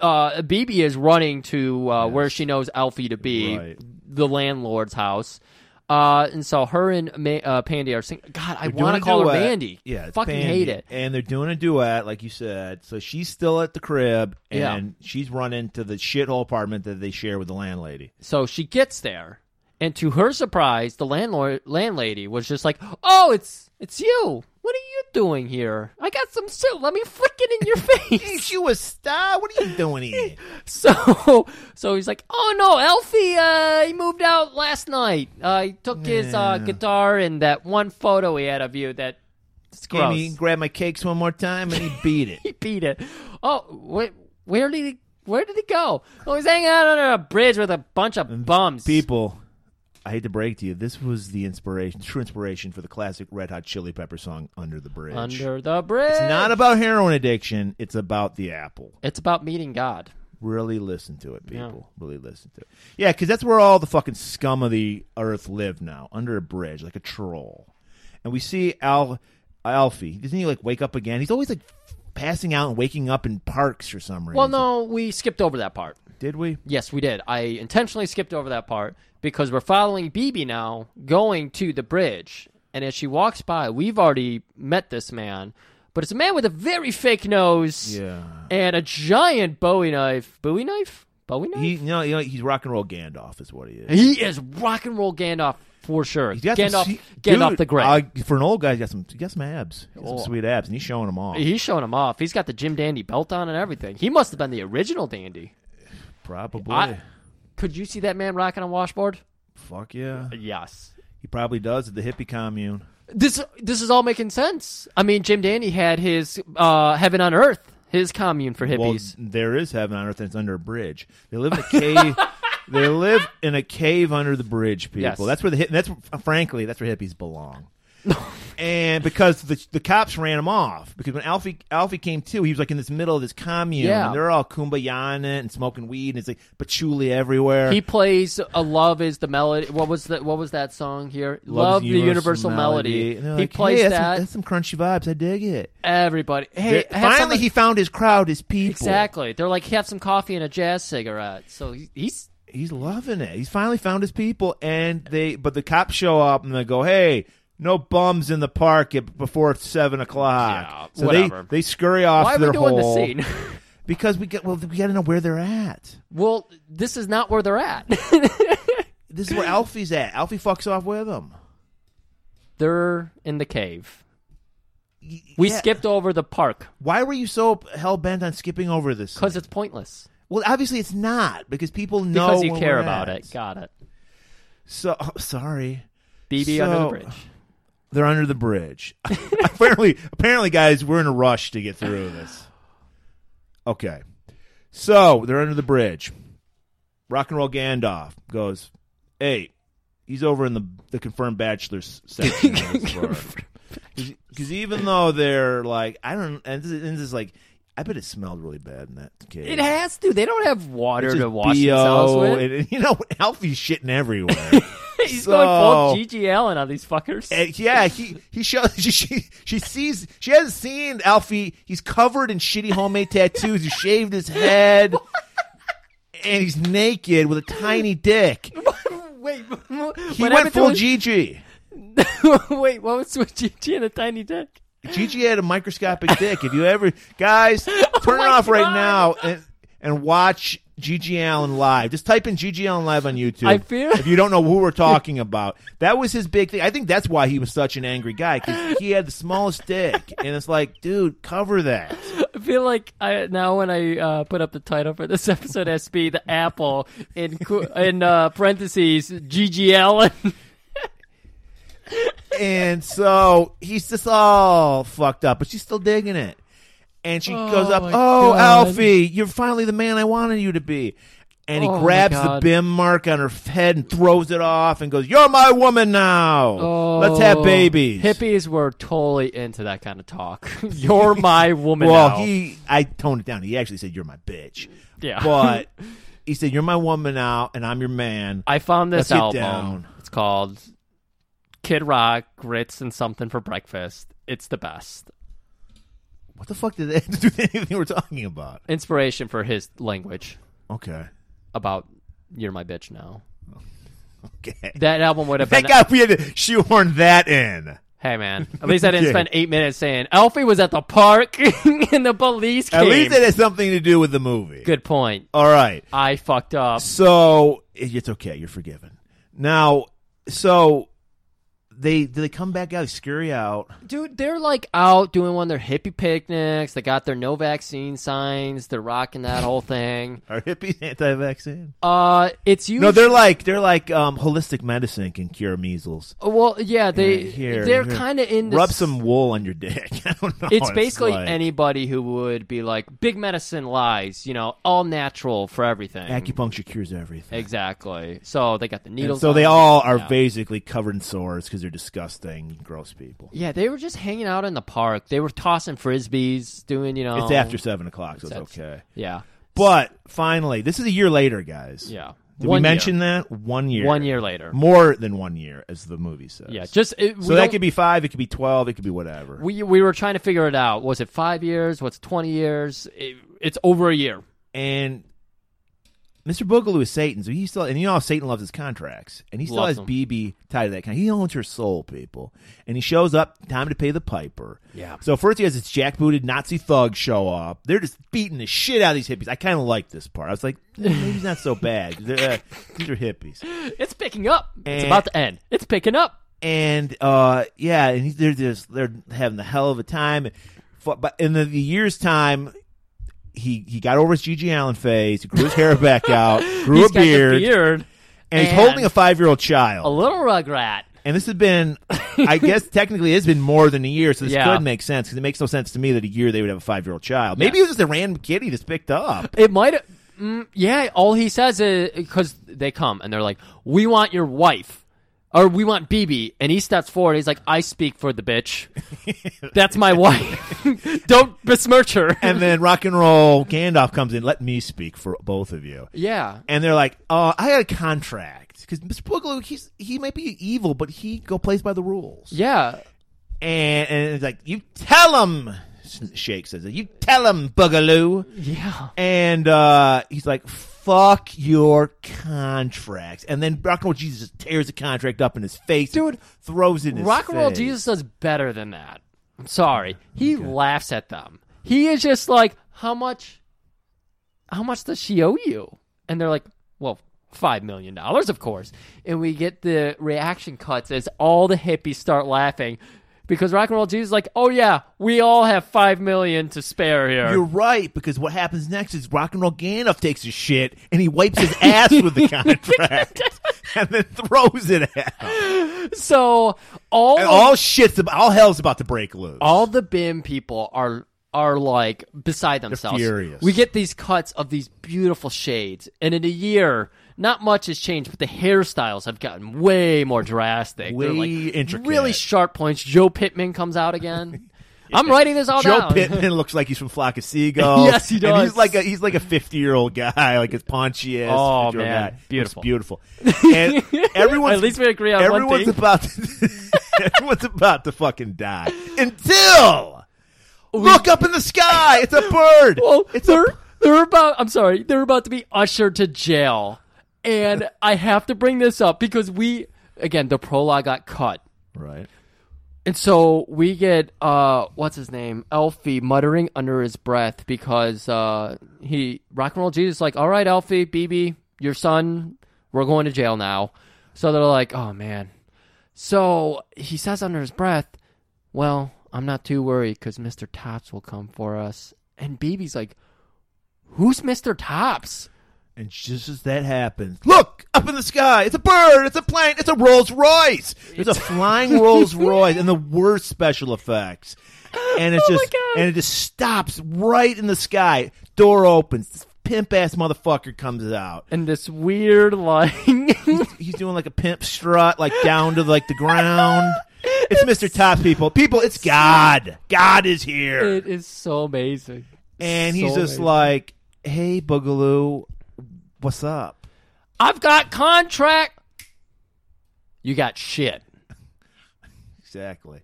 A: uh, BB is running to uh, where she knows Alfie to be,
B: Right.
A: the landlord's house. Uh, and so her and Ma- uh, Pandy are singing. God, I
B: They're
A: want to
B: doing a
A: call her
B: duet.
A: Mandy.
B: Yeah, it's
A: fucking
B: Pandy.
A: hate it.
B: And they're doing a duet, like you said. So she's still at the crib, and
A: Yeah.
B: she's running to the shithole apartment that they share with the landlady.
A: So she gets there, and to her surprise, the landlord landlady was just like, "Oh, it's it's you. What are you doing here? I got some soup. Let me flick it in your face."
B: Ain't you a star? What are you doing here?
A: So, so he's like, "Oh no, Alfie, uh, he moved out last night. Uh, he took his uh,
B: Yeah.
A: guitar and that one photo he had of you that it's gross.
B: Amy, grab my cakes one more time, and he beat it.
A: he beat it. Oh, wait, where did he? Where did he go? Oh, he's hanging out under a bridge with a bunch of bums.
B: People, I hate to break to you, this was the inspiration, true inspiration for the classic Red Hot Chili Pepper song "Under the Bridge."
A: under the bridge.
B: it's not about heroin addiction; it's about the apple.
A: It's about meeting God.
B: Really listen to it,
A: Yeah.
B: people. Really listen to it. Yeah, because that's where all the fucking scum of the earth live now, under a bridge, like a troll. And we see Al Alfie. Doesn't he like wake up again? He's always like passing out and waking up in parks for some reason.
A: Well, no, we skipped over that part.
B: did we?
A: Yes, we did. I intentionally skipped over that part because we're following BB now going to the bridge. And as she walks by, we've already met this man, but it's a man with a very fake nose
B: Yeah.
A: and a giant Bowie knife. Bowie knife? Bowie knife?
B: He no, you know, he's rock and roll Gandalf is what he is.
A: He is rock and roll Gandalf for sure.
B: He's got some
A: Gandalf,
B: se-
A: Gandalf
B: Dude,
A: the Grey.
B: uh, for an old guy, he's got some, he's got some abs, He's got
A: Oh.
B: some sweet abs, and he's showing them off.
A: He's showing him off. He's got the Jim Dandy belt on and everything. He must have been the original dandy.
B: probably,
A: I- could you see that man rocking a washboard?
B: fuck yeah,
A: Yes.
B: he probably does at the hippie commune.
A: this this is all making sense. I mean, Jim Dandy had his uh, heaven on earth, his commune for hippies.
B: Well, there is heaven on earth, and it's under a bridge. They live in a cave. they live in a cave under the bridge, people.
A: Yes.
B: That's where the hip- that's uh, frankly that's where hippies belong. and because the the cops ran him off because when Alfie Alfie came to, he was like in this middle of this commune,
A: Yeah.
B: and they're all kumbayaing it and smoking weed, and it's like patchouli everywhere.
A: he plays "A Love Is the Melody." What was that? What was that song here? Love,
B: Love's
A: the Universal Melody.
B: And they're
A: He
B: like,
A: plays
B: hey, that's
A: that.
B: Some, that's some crunchy vibes. I dig it.
A: Everybody. Hey,
B: There-
A: have
B: finally,
A: some-
B: he found his crowd, his people.
A: exactly. They're like, have some coffee and a jazz cigarette. So he, he's
B: He's loving it. He's finally found his people, and they. But the cops show up and they go, "Hey, no bums in the park at, before seven o'clock."
A: Yeah,
B: so
A: whatever.
B: they they scurry off.
A: why
B: to
A: are we
B: their
A: doing
B: hole
A: the scene?
B: Because we got well, we got to know where they're at.
A: well, this is not where they're at.
B: This is where Alfie's at. Alfie fucks off with them.
A: they're in the cave. We skipped over the park
B: Why were you so hell bent on skipping over this?
A: because
B: thing?
A: it's pointless.
B: well, obviously it's not because people know
A: Because you
B: where
A: care
B: we're
A: about
B: at.
A: it. Got it.
B: So oh, sorry.
A: BB under the
B: So-
A: bridge.
B: They're under the bridge. apparently, apparently, guys, we're in a rush to get through this. Okay, so they're under the bridge. Rock and roll Gandalf goes, "Hey, he's over in the the confirmed bachelors section." Because even though they're like, I don't, and this, is- and this is like, I bet it smelled really bad in that cave.
A: It has to. They don't have water
B: It's
A: to
B: just
A: wash
B: BO,
A: themselves with.
B: and- and, you know, Alfie's shitting everywhere.
A: He's going full
B: So-
A: Gigi Allen on these fuckers.
B: Uh, yeah, he he shows she, she she sees she hasn't seen Alfie. He's covered in shitty homemade tattoos. He shaved his head, and he's naked with a tiny dick.
A: Wait,
B: He went full Gigi.
A: Wait, what was with Gigi and a tiny dick?
B: Gigi had a microscopic dick. If you ever guys turn
A: Oh
B: it off right now and and watch Gigi Allen live. Just type in Gigi Allen live on YouTube.
A: I feel-
B: if you don't know who we're talking about, that was his big thing. I think that's why he was such an angry guy because he had the smallest dick, and it's like, dude, cover that.
A: I feel like I now when I uh, put up the title for this episode, SB the apple in qu- in uh, parentheses Gigi Allen.
B: And so he's just all fucked up, but she's still digging it. And she
A: Oh,
B: goes up,
A: my
B: "Oh,
A: God.
B: Alfie, you're finally the man I wanted you to be." And he
A: Oh, my
B: grabs the
A: God.
B: bim mark on her head and throws it off and goes, "You're my woman now.
A: Oh,
B: Let's have babies."
A: Hippies were totally into that kind of talk. You're my woman.
B: well,
A: now.
B: he I toned it down. He actually said, "You're my bitch."
A: Yeah.
B: but he said, "You're my woman now, and I'm your man."
A: I found this
B: Let's get
A: album.
B: down.
A: It's called Kid Rock Grits and Something for Breakfast. It's the best
B: What the fuck did that have to do with anything we're talking about?
A: inspiration for his language
B: Okay,
A: about "You're My Bitch Now."
B: okay.
A: That album would have been.
B: Thank God we had to shoehorn that in.
A: Hey man, at least I didn't
B: Okay.
A: spend eight minutes saying Alfie was at the park and the police came.
B: At least it has something to do with the movie.
A: Good point.
B: All right.
A: I fucked up.
B: So it's okay. You're forgiven. Now, so they do they come back out? They scurry out.
A: Dude, they're like out doing one of their hippie picnics. They got their no vaccine signs. They're rocking that whole thing.
B: Are hippies anti-vaccine?
A: Uh, it's you.
B: No, they're like they're like um, holistic medicine can cure measles.
A: well, yeah, they
B: Yeah, here,
A: they're
B: here.
A: kind of in. This,
B: Rub some wool on your dick. I don't know.
A: It's basically
B: like
A: anybody who would be like big medicine lies. You know, all natural for everything.
B: acupuncture cures everything.
A: exactly. So they got the
B: And
A: needles.
B: so
A: on
B: they
A: them.
B: all are
A: Yeah.
B: basically covered in sores because they're disgusting, gross people.
A: Yeah, they were just hanging out in the park. They were tossing frisbees, doing you know.
B: It's after seven o'clock, so it's
A: That's-
B: okay.
A: Yeah,
B: But finally, this is a year later, guys.
A: yeah.
B: Did
A: One
B: we
A: year.
B: mention that? One year.
A: One year later.
B: More than one year, as the movie says.
A: Yeah, just it, we
B: so that
A: don't-
B: could be five, it could be 12, it could be whatever.
A: we we were trying to figure it out. Was it five years? What's twenty years? It, it's over a year.
B: and Mr. Boogaloo is Satan, so he still, and you know how Satan loves his contracts, and he still
A: Loves
B: has
A: them.
B: BB tied to that contract. He owns her soul, people. And he shows up, time to pay the piper.
A: Yeah.
B: So first he has this jackbooted Nazi thug show up. They're just beating the shit out of these hippies. I kind of like this part. I was like, eh, maybe it's not so bad. They're, uh, these are hippies.
A: It's picking up. It's
B: Eh.
A: about to end. It's picking up.
B: and uh, yeah, and he's- they're just they're having the hell of a time. Fu- But in the, the year's time, he he got over his Gigi Allen phase. He grew his hair back out, grew
A: He's
B: a
A: got the
B: beard,
A: beard,
B: and he's
A: and
B: holding a five year old
A: a
B: child.
A: little rugrat.
B: and this has been, I guess, technically, it's been more than a year, so this
A: Yeah.
B: could make sense because it makes no sense to me that a year they would have a five year old child. Maybe it was just a random kid he just picked up.
A: It might. have Mm, yeah, all he says is because they come and they're like, "We want your wife." Or we want BB, and he steps forward. He's like, "I speak for the bitch. That's my wife. Don't besmirch her."
B: And then rock and roll Gandalf comes in. Let me speak for both of you.
A: yeah,
B: and they're like, "Oh, I had a contract because Mr. Boogaloo, he's he might be evil, but he go plays by the rules."
A: yeah.
B: And and it's like, "You tell him," Shake says, "You tell him, Boogaloo."
A: Yeah.
B: And uh, he's like, "Fuck your contracts." And then Rock and Roll Jesus just tears the contract up in his face, dude, throws it in his
A: Rock and roll
B: face.
A: Jesus does better than that. I'm sorry. He laughs at them. He is just like, "How much? How much does she owe you?" And they're like, "Well, five million dollars, of course." And we get the reaction cuts as all the hippies start laughing because rock and roll Jesus is like, "Oh yeah, we all have five million to spare here."
B: You're right because what happens next is Rock and Roll Gandalf takes his shit and he wipes his ass with the contract and then throws it at him.
A: so all
B: And
A: of
B: all shit's about, all hell's about to break loose.
A: all the BIM people are are like beside themselves.
B: furious.
A: We get these cuts of these beautiful shades, and in a year, not much has changed, but the hairstyles have gotten way more drastic. They're
B: Way
A: like
B: intricate.
A: really sharp points. Joe Pittman comes out again. I'm writing this all
B: Joe
A: down.
B: Pittman looks like he's from Flock of Seagulls.
A: Yes, he
B: And
A: does.
B: he's like a he's like a fifty year old guy, like his paunchy ass.
A: Oh,
B: 50-year-old
A: man.
B: guy. Looks
A: Beautiful.
B: beautiful. And everyone's
A: At least we agree on one
B: everyone's
A: thing.
B: about to, everyone's about to fucking die until look up in the sky. It's a bird.
A: Oh, they're they're about. I'm sorry, they're about to be ushered to jail, and I have to bring this up because we again the prologue got cut,
B: Right.
A: and so we get uh what's his name Alfie muttering under his breath because uh he rock and roll Jesus is like all right Alfie BB your son we're going to jail now, so they're like oh man, so he says under his breath, well I'm not too worried because Mister Tops will come for us, and BB's like. Who's Mr. Tops?
B: And just as that happens, look up in the sky. It's a bird. It's a plane. It's a Rolls Royce. There's a flying Rolls Royce, and the worst special effects. And
A: Oh
B: it's just and it just stops right in the sky. Door opens. This pimp ass motherfucker comes out.
A: And this weird line.
B: he's, he's doing like a pimp strut, like down to like the ground. It's, Mr. Top people. People, it's God. God is here.
A: It is so amazing.
B: and
A: So
B: he's just
A: amazing.
B: like, "Hey, Boogaloo, what's up?"
A: I've got contract. You got shit.
B: Exactly.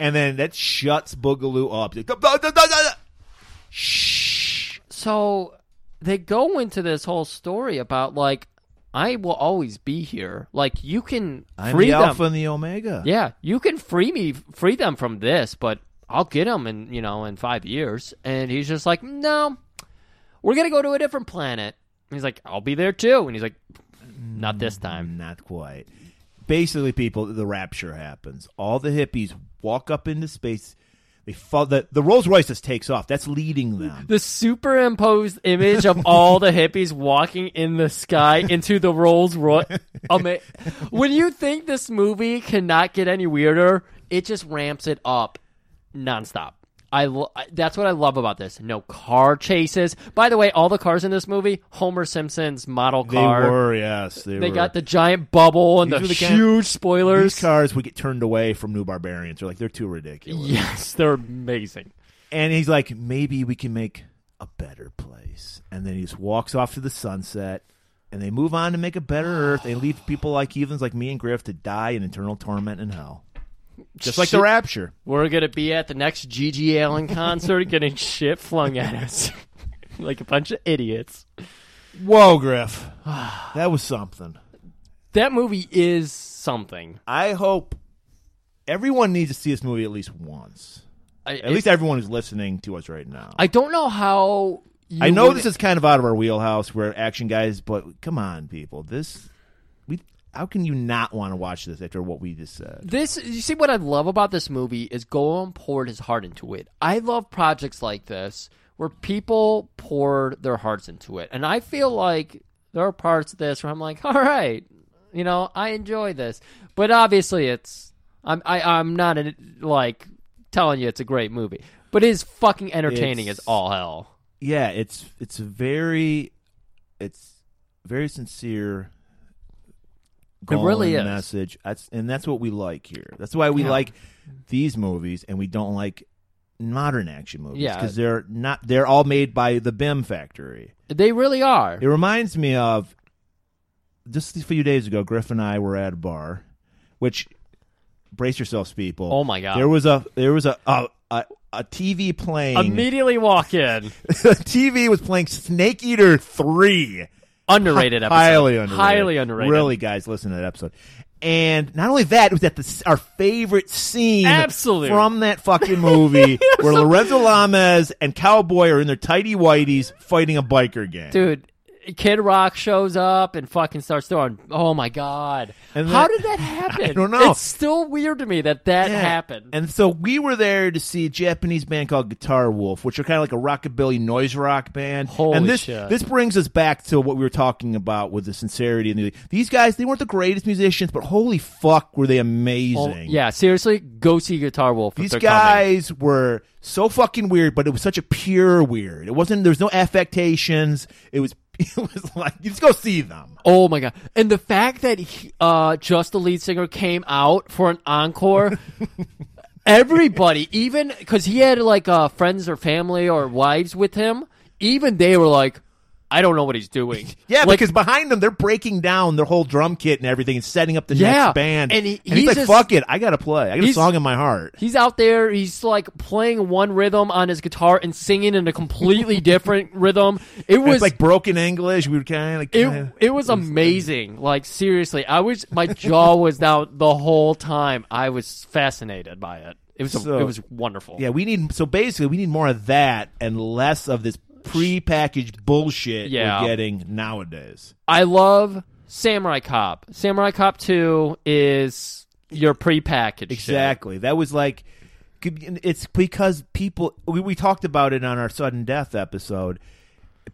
B: And then that shuts Boogaloo up. Like, "Da, da, da, da, da."
A: So they go into this whole story about, like, I will always be here. Like, you can
B: I'm
A: free
B: the
A: them.
B: Alpha and the Omega.
A: Yeah, you can free me, free them from this, but I'll get them in you know in five years. And he's just like, no, we're gonna go to a different planet. And he's like, I'll be there too. And he's like, not this time.
B: Not quite. Basically, people, the rapture happens. All the hippies walk up into space. They fall. The, the Rolls Royce just takes off. That's leading them.
A: The superimposed image of all the hippies walking in the sky into the Rolls Royce. Ama- when you think this movie cannot get any weirder, it just ramps it up nonstop. I lo- I- that's what I love about this. No car chases. By the way, all the cars in this movie, Homer Simpson's model
B: They
A: car.
B: were, yes. They,
A: They
B: were.
A: got the giant bubble and
B: These
A: the,
B: were the kind-
A: huge spoilers.
B: These cars would get turned away from New Barbarians. They're like, they're too ridiculous.
A: yes, they're amazing.
B: And he's like, maybe we can make a better place. And then he just walks off to the sunset. And they move on to make a better earth. They leave people like heathens like me and Griff to die in eternal torment in hell. Just like the
A: Shit.
B: rapture.
A: We're gonna be at the next Gigi Allen concert, getting shit flung at us like a bunch of idiots.
B: Whoa, Griff. that was something.
A: That movie is something.
B: I hope everyone needs to see this movie at least once.
A: I,
B: At least everyone who's listening to us right now.
A: I don't know how. You
B: I know
A: would-
B: this is kind of out of our wheelhouse. We're action guys, but come on, people. This we how can you not want to watch this after what we just said?
A: This you see what I love about this movie is Golan poured his heart into it. I love projects like this where people poured their hearts into it. And I feel like there are parts of this where I'm like, all right, you know, I enjoy this. But obviously it's I'm I, I'm not like telling you it's a great movie. But it is fucking entertaining
B: It's-
A: as all hell.
B: Yeah, it's it's very it's very sincere. Golan
A: really is.
B: message. That's and that's what we like here. That's why we
A: Yeah.
B: like these movies and we don't like modern action movies
A: Yeah.
B: because they're not they're all made by the BIM factory.
A: They really are.
B: It reminds me of just a few days ago, Griff and I were at a bar, which brace yourselves, people.
A: Oh, my God.
B: There was a there was a a, a, a TV playing.
A: Immediately walk in.
B: TV was playing Snake Eater three.
A: Underrated episode.
B: Highly underrated.
A: Highly underrated.
B: Really, guys, listen to that episode. And not only that, it was at the, our favorite scene
A: Absolute.
B: from that fucking movie where Lorenzo Lamas and Cowboy are in their tidy whities fighting a biker gang.
A: dude kid rock shows up and fucking starts throwing oh my god
B: And
A: how
B: that-
A: did that happen
B: I don't know.
A: it's still weird to me that that
B: Yeah.
A: happened
B: And so we were there to see a Japanese band called Guitar Wolf, which are kind of like a rockabilly noise rock band.
A: Holy
B: and this
A: shit.
B: this brings us back to what we were talking about with the sincerity and the, these guys. They weren't the greatest musicians, but holy fuck, were they
A: Oh,
B: amazing!
A: yeah seriously go see guitar wolf if
B: These
A: they're
B: guys were so fucking weird, but it was such a pure weird. It wasn't. There was no affectations. It was. It was like you just go see them.
A: coming. oh my god and the fact that he, uh just the lead singer came out for an encore Everybody, even because he had like uh, friends or family or wives with him, even they were like, "I don't know what he's doing."
B: Yeah,
A: Like,
B: because behind them they're breaking down their whole drum kit and everything, and setting up the
A: Yeah,
B: next band.
A: and he-
B: he's,
A: he's
B: like,
A: just-
B: "Fuck it, I gotta play. I got a
A: He's-
B: song in my heart."
A: He's out there. He's like playing one rhythm on his guitar and singing in a completely different rhythm. It
B: And
A: was
B: it's like broken English. We were kind of like,
A: it,
B: kinda-
A: it was amazing. Like seriously, I was my jaw was down the whole time. I was fascinated by it. It was
B: So-
A: it was wonderful.
B: yeah, we need. So basically, we need more of that and less of this prepackaged bullshit
A: Yeah.
B: we're getting nowadays.
A: I love Samurai Cop. Samurai Cop Two is your prepackaged shit.
B: Exactly. That was like, could- it's because people. We, we talked about it on our sudden death episode.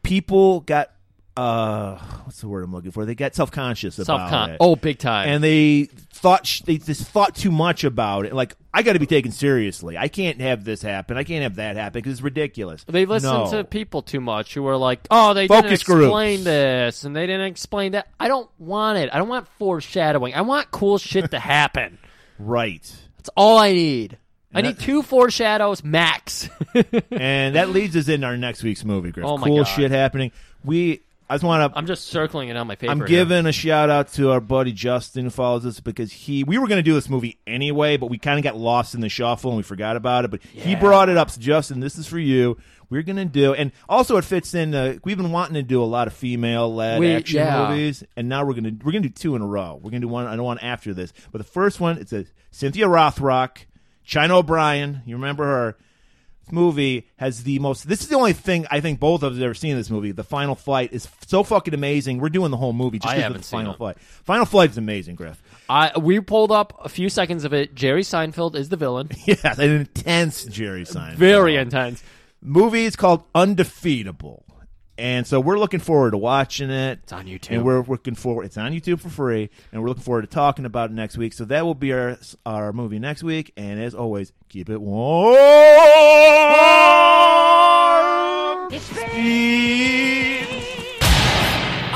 B: People got uh, what's the word I'm looking for? They got self conscious about
A: Self-con-
B: it.
A: oh, big time.
B: And they thought sh- they just thought too much about it. Like I got to be taken seriously. I can't have this happen. I can't have that happen because it's ridiculous.
A: They listen
B: No.
A: to people too much who are like, "Oh, they didn't
B: Focus groups.
A: explain this and they didn't explain that." I don't want it. I don't want foreshadowing. I want cool shit to happen.
B: right.
A: That's all I need. I
B: And
A: need two foreshadows max.
B: and that leads us into our next week's movie, Griff.
A: Oh my God.
B: cool shit happening. We I just want to
A: I'm just circling it on my paper.
B: I'm
A: here.
B: giving a shout out to our buddy Justin who follows us because he we were going to do this movie anyway, but we kind of got lost in the shuffle and we forgot about it. But he
A: Yeah.
B: brought it up. So Justin, this is for you. We're going to do, and also it fits in. Uh, we've been wanting to do a lot of female led
A: We-
B: action
A: yeah.
B: movies, and now we're going to we're going to do two in a row. We're going to do one and one after this. But the first one it's a Cynthia Rothrock, China O'Brien. You remember her? This movie has the most. This is the only thing I think both of us have ever seen in this movie. The final fight is so fucking amazing. We're doing the whole movie just
A: I
B: because of
A: haven't
B: the
A: seen
B: final
A: it.
B: fight. Final fight is amazing, Griff.
A: I we pulled up a few seconds of it. Jerry Seinfeld is the villain.
B: Yes, an intense Jerry sign.
A: Very intense.
B: movie is called Undefeatable, and so we're looking forward to watching it. It's
A: on YouTube.
B: and we're looking forward. It's on YouTube for free, and we're looking forward to talking about it next week. So that will be our our movie next week. And as always, keep it warm.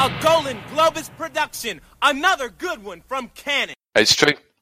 M: A Golden Globus production. Another good one from Cannon.
N: Hey, straight